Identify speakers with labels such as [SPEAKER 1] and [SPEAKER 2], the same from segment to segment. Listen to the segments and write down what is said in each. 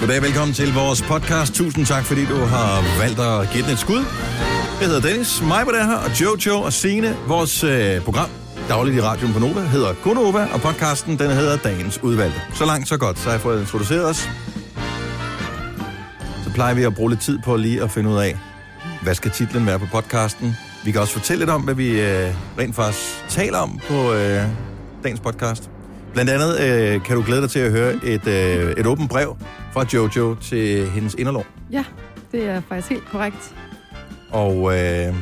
[SPEAKER 1] Goddag, velkommen til vores podcast. Tusind tak, fordi du har valgt at give den et skud. Jeg hedder Dennis, mig på det her, og Jojo og Sine. Vores øh, program, dagligt i radioen på Nova, hedder Gunova, og podcasten, den hedder Dagens Udvalgte. Så langt, så godt, så har jeg fået introduceret os. Så plejer vi at bruge lidt tid på lige at finde ud af, hvad skal titlen være på podcasten. Vi kan også fortælle lidt om, hvad vi øh, rent faktisk taler om på øh, dagens podcast. Blandt andet øh, kan du glæde dig til at høre et, øh, et åbent brev fra Jojo til hendes inderlov.
[SPEAKER 2] Ja, det er faktisk helt korrekt.
[SPEAKER 1] Og øh,
[SPEAKER 3] Det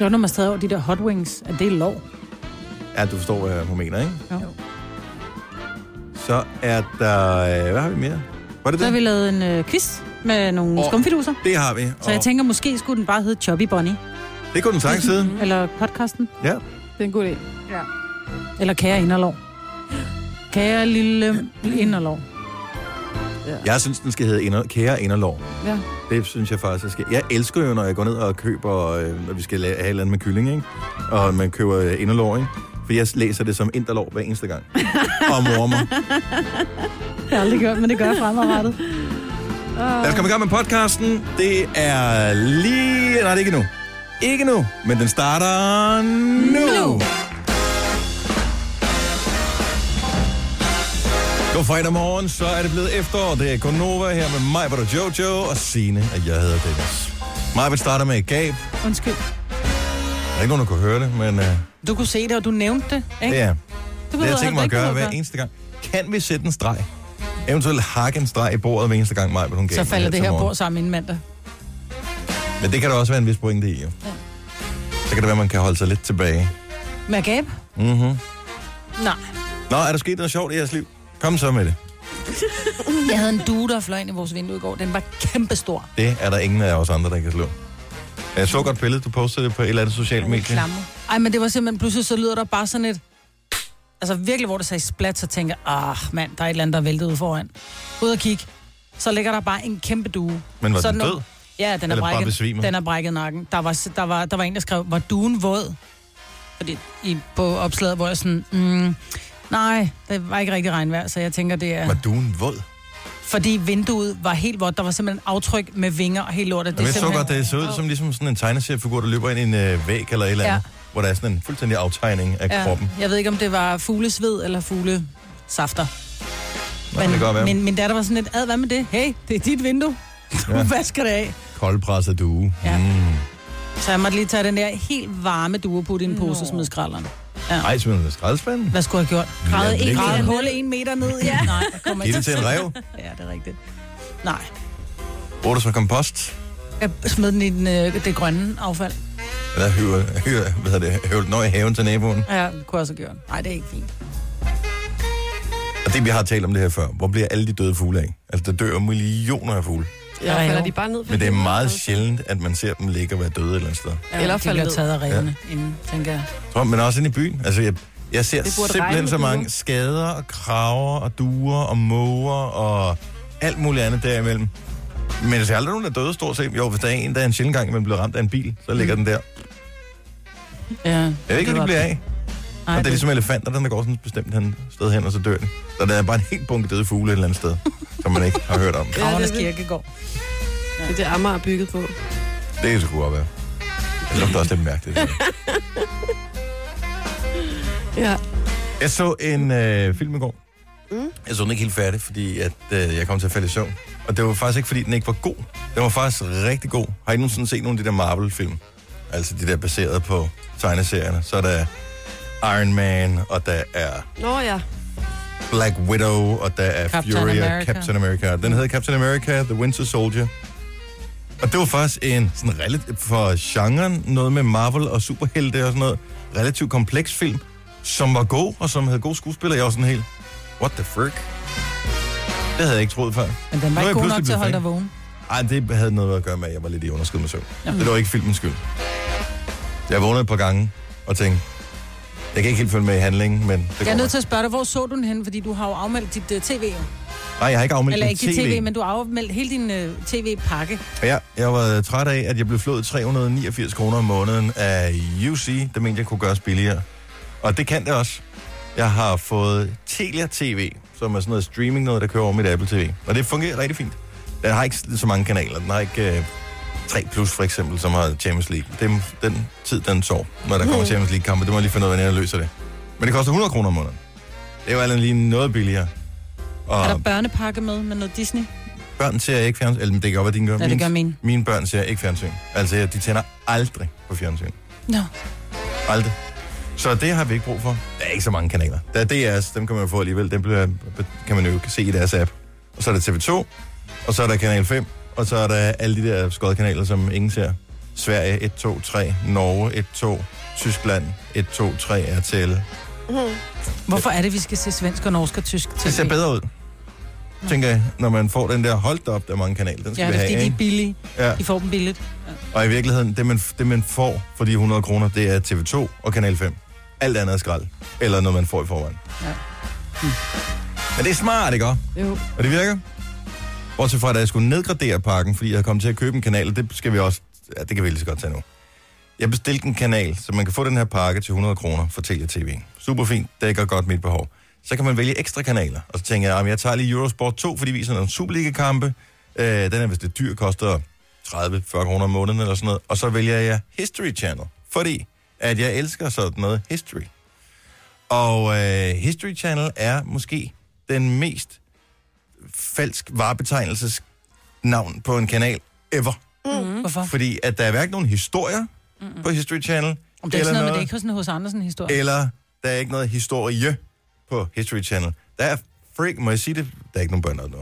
[SPEAKER 3] var, når man stadig over de der hot wings, at det er lov.
[SPEAKER 1] ja, du forstår, hvad hun mener, ikke?
[SPEAKER 3] Jo.
[SPEAKER 1] Så er der... Øh, hvad har vi mere? Var det
[SPEAKER 3] Så har vi
[SPEAKER 1] det?
[SPEAKER 3] lavet en øh, quiz med nogle
[SPEAKER 1] Og-
[SPEAKER 3] oh. skumfiduser.
[SPEAKER 1] Det har vi.
[SPEAKER 3] Så jeg
[SPEAKER 1] og
[SPEAKER 3] tænker, måske skulle den bare hedde Chubby Bunny.
[SPEAKER 1] Det kunne den sagtens sidde.
[SPEAKER 3] Eller podcasten.
[SPEAKER 1] Ja.
[SPEAKER 2] Det er en god idé. Ja.
[SPEAKER 3] Eller Kære Inderlov. Kære lille Inderlov.
[SPEAKER 1] Jeg synes, den skal hedde inder, Kære Inderlov.
[SPEAKER 2] ja.
[SPEAKER 1] Det synes jeg faktisk, jeg skal. Jeg elsker jo, når jeg går ned og køber, øh, når vi skal la- have et eller andet med kylling, ikke? Og man køber øh, inderlår, ikke? For jeg læser det som inderlår hver eneste gang. og mormer.
[SPEAKER 3] Det har jeg aldrig gjort, men det gør jeg fremadrettet.
[SPEAKER 1] Lad os komme i gang med podcasten. Det er lige... Nej, det er ikke nu. Ikke nu, men den starter nu.
[SPEAKER 3] Nu.
[SPEAKER 1] God fredag morgen, så er det blevet efterår. Det er Gonova her med mig, hvor der Jojo og Sine og jeg hedder Dennis. Mig vil starte med et gab. Der
[SPEAKER 3] Undskyld.
[SPEAKER 1] er ikke nogen, der kunne høre det, men uh,
[SPEAKER 3] Du kunne se det, og du nævnte det, ikke?
[SPEAKER 1] det er
[SPEAKER 3] Du
[SPEAKER 1] det, jeg
[SPEAKER 3] havde
[SPEAKER 1] tænker mig at
[SPEAKER 3] ikke
[SPEAKER 1] gøre
[SPEAKER 3] behøvet
[SPEAKER 1] hver eneste gang. Kan vi sætte en streg? Eventuelt hakke en streg i bordet hver eneste gang, mig vil hun gav
[SPEAKER 3] Så
[SPEAKER 1] den
[SPEAKER 3] falder det
[SPEAKER 1] til
[SPEAKER 3] her
[SPEAKER 1] morgen.
[SPEAKER 3] bord sammen inden mandag.
[SPEAKER 1] Men det kan der også være en vis pointe i, jo. Ja. Så kan det være, man kan holde sig lidt tilbage.
[SPEAKER 3] Med gab?
[SPEAKER 1] Mm-hmm.
[SPEAKER 3] Nej.
[SPEAKER 1] Nå, er der sket noget sjovt i jeres liv? Kom så med det.
[SPEAKER 3] Jeg havde en due, der fløj ind i vores vindue i går. Den var kæmpestor.
[SPEAKER 1] Det er der ingen af os andre, der kan slå. Jeg så godt billedet, du postede det på et eller andet socialt medie.
[SPEAKER 3] Ej, men det var simpelthen, pludselig så lyder der bare sådan et... Altså virkelig, hvor det sagde splat, så tænker jeg, ah mand, der er et eller andet, der er væltet ud foran. Ud og kig. Så ligger der bare en kæmpe due.
[SPEAKER 1] Men var
[SPEAKER 3] så
[SPEAKER 1] den død?
[SPEAKER 3] Ja, den er,
[SPEAKER 1] bare
[SPEAKER 3] brækket,
[SPEAKER 1] besvimet?
[SPEAKER 3] den er brækket nakken. Der var, der, var, der var en, der skrev, var duen våd? Fordi i, på opslaget, hvor jeg sådan, mm, nej, det var ikke rigtig regnvejr, så jeg tænker, det er...
[SPEAKER 1] Var du en våd?
[SPEAKER 3] Fordi vinduet var helt vådt. Der var simpelthen aftryk med vinger og helt lortet.
[SPEAKER 1] Det jeg så
[SPEAKER 3] simpelthen-
[SPEAKER 1] godt, det så ud som ligesom sådan en tegneseriefigur, der løber ind i en øh, væg eller et eller andet. Ja. Hvor der er sådan en fuldstændig aftegning af ja. kroppen.
[SPEAKER 3] Jeg ved ikke, om det var fuglesved eller fuglesafter.
[SPEAKER 1] Nå, men, det kan godt være. Men...
[SPEAKER 3] men min datter var sådan lidt, ad, hvad med det? Hey, det er dit vindue. Du
[SPEAKER 1] Ja.
[SPEAKER 3] ja. vasker det af.
[SPEAKER 1] Koldpresset due.
[SPEAKER 3] Ja.
[SPEAKER 1] Mm.
[SPEAKER 3] Så jeg måtte lige tage den der helt varme due og putte i en pose og smide skralderen.
[SPEAKER 1] Ej, smider det skraldespanden?
[SPEAKER 3] Hvad skulle jeg have gjort?
[SPEAKER 1] Lad den
[SPEAKER 3] en
[SPEAKER 1] ligge.
[SPEAKER 3] grad hul en meter ned i. Ja. Nej, jeg kommer
[SPEAKER 1] Giv
[SPEAKER 3] ikke
[SPEAKER 1] det til en rev.
[SPEAKER 3] Ja, det er rigtigt. Nej,
[SPEAKER 1] Bruger du så kompost?
[SPEAKER 3] jeg smed den i den, øh, det grønne affald.
[SPEAKER 1] Eller høver, høver, hvad hedder det, høver den over i haven til naboen?
[SPEAKER 3] Ja, det kunne jeg også have gjort. Nej, det er ikke fint.
[SPEAKER 1] Og det, vi har talt om det her før, hvor bliver alle de døde fugle af? Altså, der dør millioner af fugle.
[SPEAKER 2] Eller
[SPEAKER 3] Ja,
[SPEAKER 2] falder
[SPEAKER 3] jo.
[SPEAKER 2] de bare ned? fra
[SPEAKER 1] Men det er
[SPEAKER 2] himlen,
[SPEAKER 1] meget
[SPEAKER 2] altså?
[SPEAKER 1] sjældent, at man ser dem ligge og være døde et eller andet sted.
[SPEAKER 3] Ja,
[SPEAKER 2] Eller
[SPEAKER 3] Eller de
[SPEAKER 2] faldet
[SPEAKER 3] bliver
[SPEAKER 2] ned.
[SPEAKER 3] taget af revene ja. inden, tænker jeg.
[SPEAKER 1] Tror, men også inde i byen. Altså, jeg, jeg ser
[SPEAKER 2] Det burde
[SPEAKER 1] simpelthen
[SPEAKER 2] regne
[SPEAKER 1] så
[SPEAKER 2] med
[SPEAKER 1] mange
[SPEAKER 2] duer.
[SPEAKER 1] skader og kraver og duer og måger og alt muligt andet derimellem. Men der er aldrig nogen, der er døde stort set. Jo, hvis der er en, der er en sjældent gang, man bliver ramt af en bil, så ligger
[SPEAKER 2] Mm.
[SPEAKER 1] den der.
[SPEAKER 3] Ja,
[SPEAKER 1] Jeg ved ikke,
[SPEAKER 3] det
[SPEAKER 1] hvad de
[SPEAKER 3] var-
[SPEAKER 1] bliver af.
[SPEAKER 3] Nej,
[SPEAKER 1] Og det er
[SPEAKER 3] det-
[SPEAKER 1] ligesom elefanter, den der går sådan et bestemt hen, sted hen, og så dør den. Så der er bare en helt bunke døde fugle et eller andet sted, som man ikke har hørt om.
[SPEAKER 2] Ja, det
[SPEAKER 3] Gravernes
[SPEAKER 2] er det.
[SPEAKER 3] kirkegård.
[SPEAKER 2] Det er det, Amager er bygget på.
[SPEAKER 1] Det skulle godt være. Det lugter også lidt mærkeligt.
[SPEAKER 2] Ja.
[SPEAKER 1] Jeg så en øh, film i går. Mm. Jeg så den ikke helt færdig, fordi at, øh, jeg kom til at falde i søvn. Og det var faktisk ikke, fordi den ikke var god. Den var faktisk rigtig god. Har I nogensinde set nogle af de der Marvel-film? Altså de der baseret på tegneserierne. Så er der Iron Man, og der er
[SPEAKER 2] Nå ja.
[SPEAKER 1] Black Widow, og der er
[SPEAKER 3] Captain
[SPEAKER 1] Fury og
[SPEAKER 3] America.
[SPEAKER 1] Captain America. Den hedder Captain America, The Winter Soldier. Og det var faktisk en sådan relativt for genren, noget med Marvel og superhelte og sådan noget, relativt kompleks film, som var god, og som havde gode skuespillere. Jeg var sådan helt, what the frick? Det havde jeg ikke troet før.
[SPEAKER 3] Men den
[SPEAKER 1] Nu
[SPEAKER 3] var
[SPEAKER 1] er jeg
[SPEAKER 3] ikke god
[SPEAKER 1] pludselig
[SPEAKER 3] nok til
[SPEAKER 1] blevet
[SPEAKER 3] at holde dig vågen.
[SPEAKER 1] Ej, det havde noget at gøre med, at jeg var lidt i underskud med søvn. Ja.
[SPEAKER 3] Ja.
[SPEAKER 1] Det var ikke filmens skyld. Jeg vågnede et par gange og tænkte, jeg kan ikke helt følge med i handlingen, men det
[SPEAKER 3] Jeg
[SPEAKER 1] går
[SPEAKER 3] er
[SPEAKER 1] nok.
[SPEAKER 3] nødt til at spørge dig, hvor så du den hen? Fordi du har jo afmeldt dit uh, tv. jo.
[SPEAKER 1] Nej, jeg har ikke afmeldt
[SPEAKER 3] Eller
[SPEAKER 1] min
[SPEAKER 3] ikke dit tv, men du har afmeldt hele din uh, tv-pakke.
[SPEAKER 1] Og Ja, jeg var øh, træt af, at jeg blev flået 389 kroner om måneden af UC. Det mente jeg kunne gøres billigere. Og det kan det også. Jeg har fået Telia TV, som er sådan noget streaming noget, der kører over mit Apple TV. Og det fungerer rigtig fint. Den har ikke så mange kanaler. Den har ikke øh, 3 Plus for eksempel, som har Champions League. Den, den tid, den sov, når der
[SPEAKER 3] Mm.
[SPEAKER 1] kommer
[SPEAKER 2] Mhm.
[SPEAKER 1] Champions League-kampe. Det må jeg lige finde ud af, hvordan jeg løser det. Men det koster 100 kroner om måneden. Det er jo allerede lige noget billigere.
[SPEAKER 3] Er
[SPEAKER 1] Og
[SPEAKER 3] der børnepakke med, med noget Disney?
[SPEAKER 1] børn ser ikke fjernsyn. Eller det kan godt være, dine gør.
[SPEAKER 3] Ja, det gør min.
[SPEAKER 1] mine børn ser ikke fjernsyn. Altså, de tænder aldrig på fjernsyn.
[SPEAKER 3] Nå.
[SPEAKER 1] Aldrig. Så det har vi ikke brug for. Der er ikke så mange kanaler. Der er DR's, dem kan man jo få alligevel. Dem bliver, kan man jo se i deres app. Og så er der TV2, og så er der Kanal 5, og så er der alle de der skåde kanaler, som ingen ser. Sverige 1, 2, 3, Norge 1, 2, Tyskland 1, 2, 3, RTL.
[SPEAKER 4] Mm-hmm.
[SPEAKER 3] Hvorfor er det, vi skal se svensk og norsk og tysk?
[SPEAKER 1] Det ser
[SPEAKER 3] TV?
[SPEAKER 1] bedre ud, tænker jeg, når man får den der holdt op, der er mange kanaler. Den skal
[SPEAKER 3] Ja,
[SPEAKER 1] vi
[SPEAKER 3] det er
[SPEAKER 1] have,
[SPEAKER 3] fordi, de er
[SPEAKER 1] ikke?
[SPEAKER 3] billige.
[SPEAKER 1] Ja.
[SPEAKER 3] De får dem billigt.
[SPEAKER 1] Og i virkeligheden, det man, det man får for de 100 kroner, det er TV2 og Kanal 5. Alt andet er skrald. Eller noget, man får i forvejen.
[SPEAKER 3] Ja.
[SPEAKER 1] Men det er smart, ikke? også?
[SPEAKER 2] Jo.
[SPEAKER 1] Og det virker. Bortset fra, at jeg skulle nedgradere pakken, fordi jeg kom til at købe en kanal, og det skal vi også... Ja, det kan vi lige så godt tage nu. Jeg bestilte en kanal, så man kan få den her pakke til 100 kroner for Telia TV. Super fint, dækker godt mit behov. Så kan man vælge ekstra kanaler, og så tænker jeg, at jeg tager lige Eurosport 2, fordi de viser nogle Superliga-kampe. Øh, den er vist lidt dyr, koster 30-40 kroner om måneden eller sådan noget. Og så vælger jeg History Channel, fordi at jeg elsker sådan noget history. Og øh, History Channel er måske den mest falsk varebetegnelses navn på en kanal ever.
[SPEAKER 3] Mm. Hvorfor?
[SPEAKER 1] Fordi at der er hverken nogen historier på History Channel,
[SPEAKER 3] Om det er ikke sådan noget, men det er ikke hos en hos Andersen-historie.
[SPEAKER 1] eller der er ikke noget historie på History Channel. Der er freak, må jeg sige det? Der er ikke nogen børn noget nu.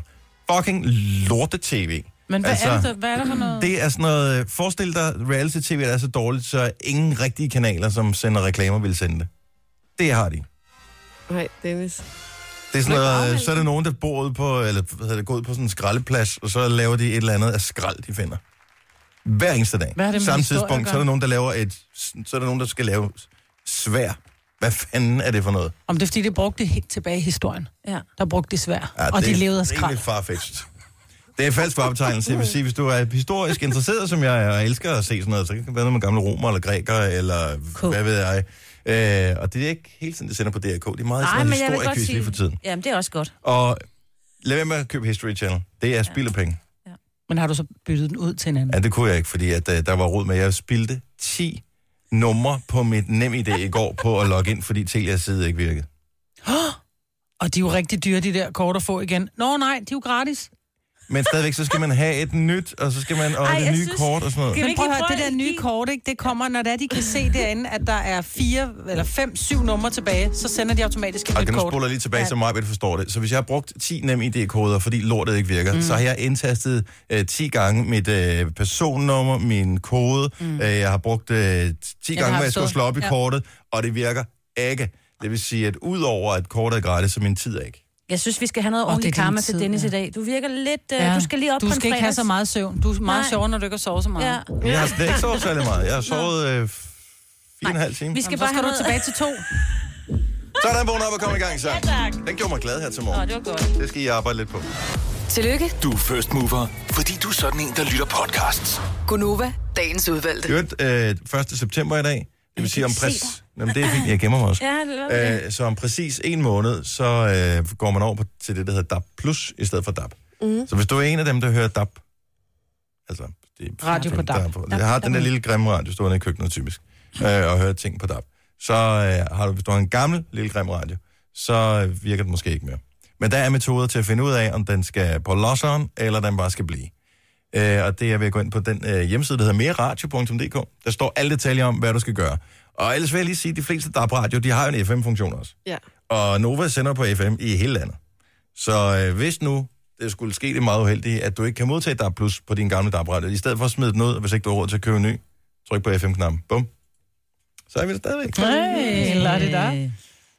[SPEAKER 1] Fucking lorte tv.
[SPEAKER 3] Men hvad, altså, er
[SPEAKER 1] altså,
[SPEAKER 3] det, hvad er der for noget?
[SPEAKER 1] Det er sådan noget, øh, forestil dig reality-tv, der er så dårligt, så ingen rigtige kanaler, som sender reklamer, vil sende det. Det har de.
[SPEAKER 2] Nej, Dennis.
[SPEAKER 1] Det er sådan
[SPEAKER 2] Men
[SPEAKER 1] noget, øh,
[SPEAKER 2] bagvendt.
[SPEAKER 1] så er der nogen, der bor ude på, eller hvad hedder det, går ud på sådan en skraldeplads, og så laver de et eller andet af skrald, de finder. Hver eneste dag.
[SPEAKER 3] Hvad har det med
[SPEAKER 1] Samme
[SPEAKER 3] historie at
[SPEAKER 1] tidspunkt, så er der
[SPEAKER 3] gøre?
[SPEAKER 1] nogen, der laver et, så er der nogen, der skal lave svær. Hvad fanden er det for noget?
[SPEAKER 3] Om det er fordi, de brugte det helt tilbage i historien.
[SPEAKER 2] Ja.
[SPEAKER 3] Der brugte de svær, ja, og
[SPEAKER 1] det
[SPEAKER 3] de
[SPEAKER 1] er
[SPEAKER 3] levede af skrald.
[SPEAKER 1] rimelig farfetched. Det er falsk varebetegnelse. Jeg vil sige, hvis du er historisk interesseret, som jeg er, og elsker at se sådan noget, så kan det være noget med gamle romer eller grækere, eller
[SPEAKER 3] Cool.
[SPEAKER 1] hvad ved jeg. Øh, og det er ikke hele tiden, det sender på DRK. Det er meget sådan noget historisk lige for tiden.
[SPEAKER 4] Jamen, det er også godt.
[SPEAKER 1] Og lad være med at købe History Channel. Det er spild af penge.
[SPEAKER 3] Men har du så byttet den ud til en anden?
[SPEAKER 1] Ja, det kunne jeg ikke, fordi at, uh, der var rod med, at jeg spildte 10 numre på mit NemID i går på at logge ind, fordi Telias side ikke virkede.
[SPEAKER 3] Og de er jo rigtig dyre, de der kort at få igen. Nå nej, de er jo gratis.
[SPEAKER 1] Men stadigvæk, så skal man have et nyt, og så skal man og
[SPEAKER 4] Ej,
[SPEAKER 1] det
[SPEAKER 4] jeg
[SPEAKER 1] nye
[SPEAKER 4] synes-
[SPEAKER 1] kort og sådan noget.
[SPEAKER 4] Kan vi
[SPEAKER 3] Men
[SPEAKER 4] ikke
[SPEAKER 3] prøv at
[SPEAKER 4] lige
[SPEAKER 3] høre, det
[SPEAKER 4] prøve
[SPEAKER 3] der
[SPEAKER 4] at
[SPEAKER 3] nye
[SPEAKER 4] give-
[SPEAKER 3] kort, ikke, det kommer, når det er, de kan se derinde, at der er fire eller fem, syv numre tilbage, så sender de automatisk et
[SPEAKER 1] Og
[SPEAKER 3] nyt
[SPEAKER 1] kan du
[SPEAKER 3] kort.
[SPEAKER 1] spole lige tilbage, så mig forstår det. Så hvis jeg har brugt 10 NemID-koder, fordi lortet ikke virker, mm. så har jeg indtastet øh, 10 gange mit øh, personnummer, min kode. Mm. Øh, jeg har brugt øh, 10
[SPEAKER 3] har
[SPEAKER 1] gange, hvad jeg
[SPEAKER 3] jeg
[SPEAKER 1] skulle
[SPEAKER 3] forstået.
[SPEAKER 1] slå op i
[SPEAKER 3] Ja.
[SPEAKER 1] kortet, og det virker ikke. Det vil sige, at udover at kortet er gratis, så min tid er ikke.
[SPEAKER 4] Jeg synes, vi skal have noget
[SPEAKER 3] Åh,
[SPEAKER 4] ordentligt
[SPEAKER 3] det er din
[SPEAKER 4] karma til
[SPEAKER 3] tid,
[SPEAKER 4] Dennis
[SPEAKER 3] ja.
[SPEAKER 4] i dag. Du virker lidt...
[SPEAKER 3] Ja.
[SPEAKER 4] Ja. Du skal lige op
[SPEAKER 3] Du
[SPEAKER 4] på
[SPEAKER 3] skal
[SPEAKER 4] en
[SPEAKER 3] ikke have
[SPEAKER 4] fredags.
[SPEAKER 3] så meget søvn. Du er meget
[SPEAKER 4] Nej.
[SPEAKER 3] sjovere, når du ikke har sovet så meget.
[SPEAKER 4] Ja.
[SPEAKER 3] Ja.
[SPEAKER 1] Jeg har slet ikke sovet særlig meget. Jeg har sovet øh, fire og en halv time.
[SPEAKER 4] Vi
[SPEAKER 3] Skal
[SPEAKER 4] skal
[SPEAKER 3] så
[SPEAKER 4] bare
[SPEAKER 3] skal
[SPEAKER 4] have
[SPEAKER 3] du tilbage
[SPEAKER 4] noget...
[SPEAKER 3] til to.
[SPEAKER 1] Sådan, vågn op og kom i gang, så. Ja, tak. Den gjorde mig glad her til
[SPEAKER 4] Nå,
[SPEAKER 1] morgen.
[SPEAKER 4] det var godt.
[SPEAKER 1] Det skal I arbejde lidt på.
[SPEAKER 5] Tillykke,
[SPEAKER 6] Du er first mover, fordi du er sådan en, der lytter podcasts.
[SPEAKER 5] Gunova, dagens udvalgte.
[SPEAKER 1] I øvrigt, øh, 1. september i dag, det vil sige om
[SPEAKER 4] ikke se
[SPEAKER 1] præcis... Jamen, det er fint, jeg gemmer mig også.
[SPEAKER 4] Ja, det var det.
[SPEAKER 1] Øh, så om præcis en måned, så øh, går man over på, til det, der hedder DAB+, Plus, i stedet for DAB. Mm.
[SPEAKER 3] Mhm.
[SPEAKER 1] Så hvis du er en af dem, der hører DAB, altså... Det,
[SPEAKER 3] Radio på DAB.
[SPEAKER 1] Jeg har den der lille grimme radio stående i køkkenet, typisk, øh, og hører ting på DAB. Så øh, har du, hvis du har en gammel lille grim radio, så øh, virker det måske ikke mere. Men der er metoder til at finde ud af, om den skal på losseren, eller den bare skal blive. Øh, og det er ved at gå ind på den øh, hjemmeside, der hedder mereradio.dk. Der står alle detaljer om, hvad du skal gøre. Og ellers vil jeg lige sige, at de fleste DAB-radio, de har jo en FM-funktion også.
[SPEAKER 2] Ja.
[SPEAKER 1] Og Nova sender på FM i hele landet. Så øh, hvis nu det skulle ske det meget uheldige, at du ikke kan modtage DAB Plus på din gamle DAB-radio, i stedet for at smide den ud, og hvis ikke du har råd til at købe en ny, tryk på FM-knappen. Bum. Så er vi der stadigvæk.
[SPEAKER 3] Hey, lad det der.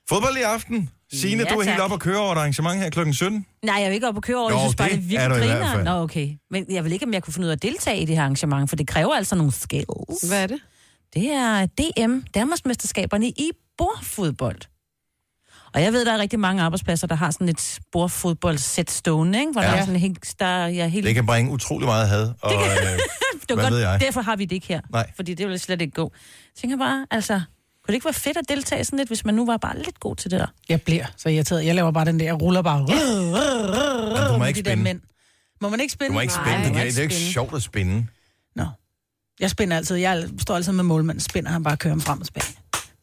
[SPEAKER 1] Fodbold i aften. Signe,
[SPEAKER 4] Ja,
[SPEAKER 1] du er helt
[SPEAKER 4] tak. Mm.
[SPEAKER 1] oppe og køre over et arrangement her kl. 17.
[SPEAKER 4] Nej, jeg vil ikke op og køre over.
[SPEAKER 1] Jo,
[SPEAKER 4] Jeg synes bare, det er
[SPEAKER 1] det er du i
[SPEAKER 4] virkelig
[SPEAKER 1] hvert fald.
[SPEAKER 4] griner. Nå, okay. Men jeg vil ikke, om jeg kunne finde ud af at deltage i det her arrangement, for det kræver altså nogle skills.
[SPEAKER 2] Hvad er det?
[SPEAKER 4] Det er DM, Danmarksmesterskaberne i bordfodbold. Og jeg ved, der er rigtig mange arbejdspladser, der har sådan et bordfodboldsæt stående, ikke? Hvor ja. der
[SPEAKER 1] Ja.
[SPEAKER 4] er sådan helt... Der er jeg er helt
[SPEAKER 1] Det kan bringe utrolig meget had. Og, øh,
[SPEAKER 4] det var
[SPEAKER 1] Hvad
[SPEAKER 4] godt,
[SPEAKER 1] ved jeg?
[SPEAKER 4] derfor har vi det ikke her.
[SPEAKER 1] Nej.
[SPEAKER 4] Fordi det ville slet ikke gå. Jeg tænker bare, altså, kunne det ikke være fedt at deltage sådan lidt, hvis man nu var bare lidt god til det der?
[SPEAKER 3] Jeg bliver så irriteret. Jeg laver bare den der, jeg ruller bare.
[SPEAKER 1] men du må
[SPEAKER 3] med
[SPEAKER 1] ikke
[SPEAKER 3] de der
[SPEAKER 1] spænde.
[SPEAKER 3] mænd. Må man ikke spinde?
[SPEAKER 1] Du må ikke spænde.
[SPEAKER 3] Nej,
[SPEAKER 1] Det,
[SPEAKER 3] må
[SPEAKER 1] kan, det er jo ikke
[SPEAKER 3] spinde.
[SPEAKER 1] sjovt at spænde.
[SPEAKER 3] Nå. Jeg spænder altid. Jeg står altid med målmanden. Spænder han bare kører ham frem og spænder.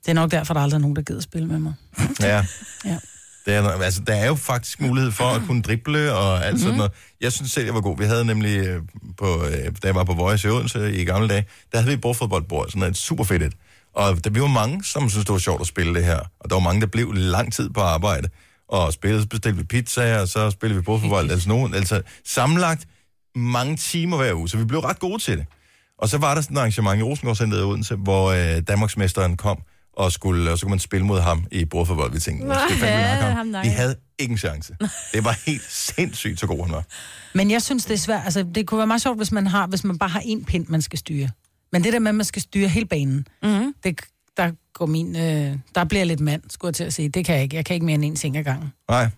[SPEAKER 3] Det er nok derfor, der aldrig er nogen, der gider spille med mig.
[SPEAKER 1] Ja.
[SPEAKER 3] Ja.
[SPEAKER 1] Det er, altså, der er jo faktisk mulighed for at kunne drible og alt sådan noget. Jeg synes selv, jeg var god. Vi havde nemlig, øh, på, øh, da jeg var på Voice i Odense i gamle dage, der havde vi et bordfodboldbord, sådan noget super fedt. et. Og der, vi var mange, som syntes, det var sjovt at spille det her. Og der var mange, der blev lang tid på arbejde og spillede. Så bestilte vi pizza, og så spillede vi bordfodbold. altså, nogen, altså sammenlagt mange timer hver uge, så vi blev ret gode til det. Og så var der sådan et arrangement i Rosengårdscenteret i Odense, hvor øh, Danmarksmesteren kom, og, skulle, og så kunne man spille mod ham i bordfodbold. Vi tænkte, nu skal vi fandme
[SPEAKER 4] Ja,
[SPEAKER 1] nakke
[SPEAKER 4] ham
[SPEAKER 1] ham.
[SPEAKER 4] nakke.
[SPEAKER 1] Vi havde ingen chance. Det var helt sindssygt, så god han var.
[SPEAKER 3] Men jeg synes, det er svært. Altså, det kunne være meget sjovt, hvis man, har, hvis man bare har én pind, man skal styre. Men det der med, at man skal styre hele banen, mm-hmm. det, der går min... Øh, der bliver jeg lidt mand, skulle jeg til at sige. Det kan jeg ikke. Jeg kan ikke mere end én ting ad gangen.
[SPEAKER 1] Nej.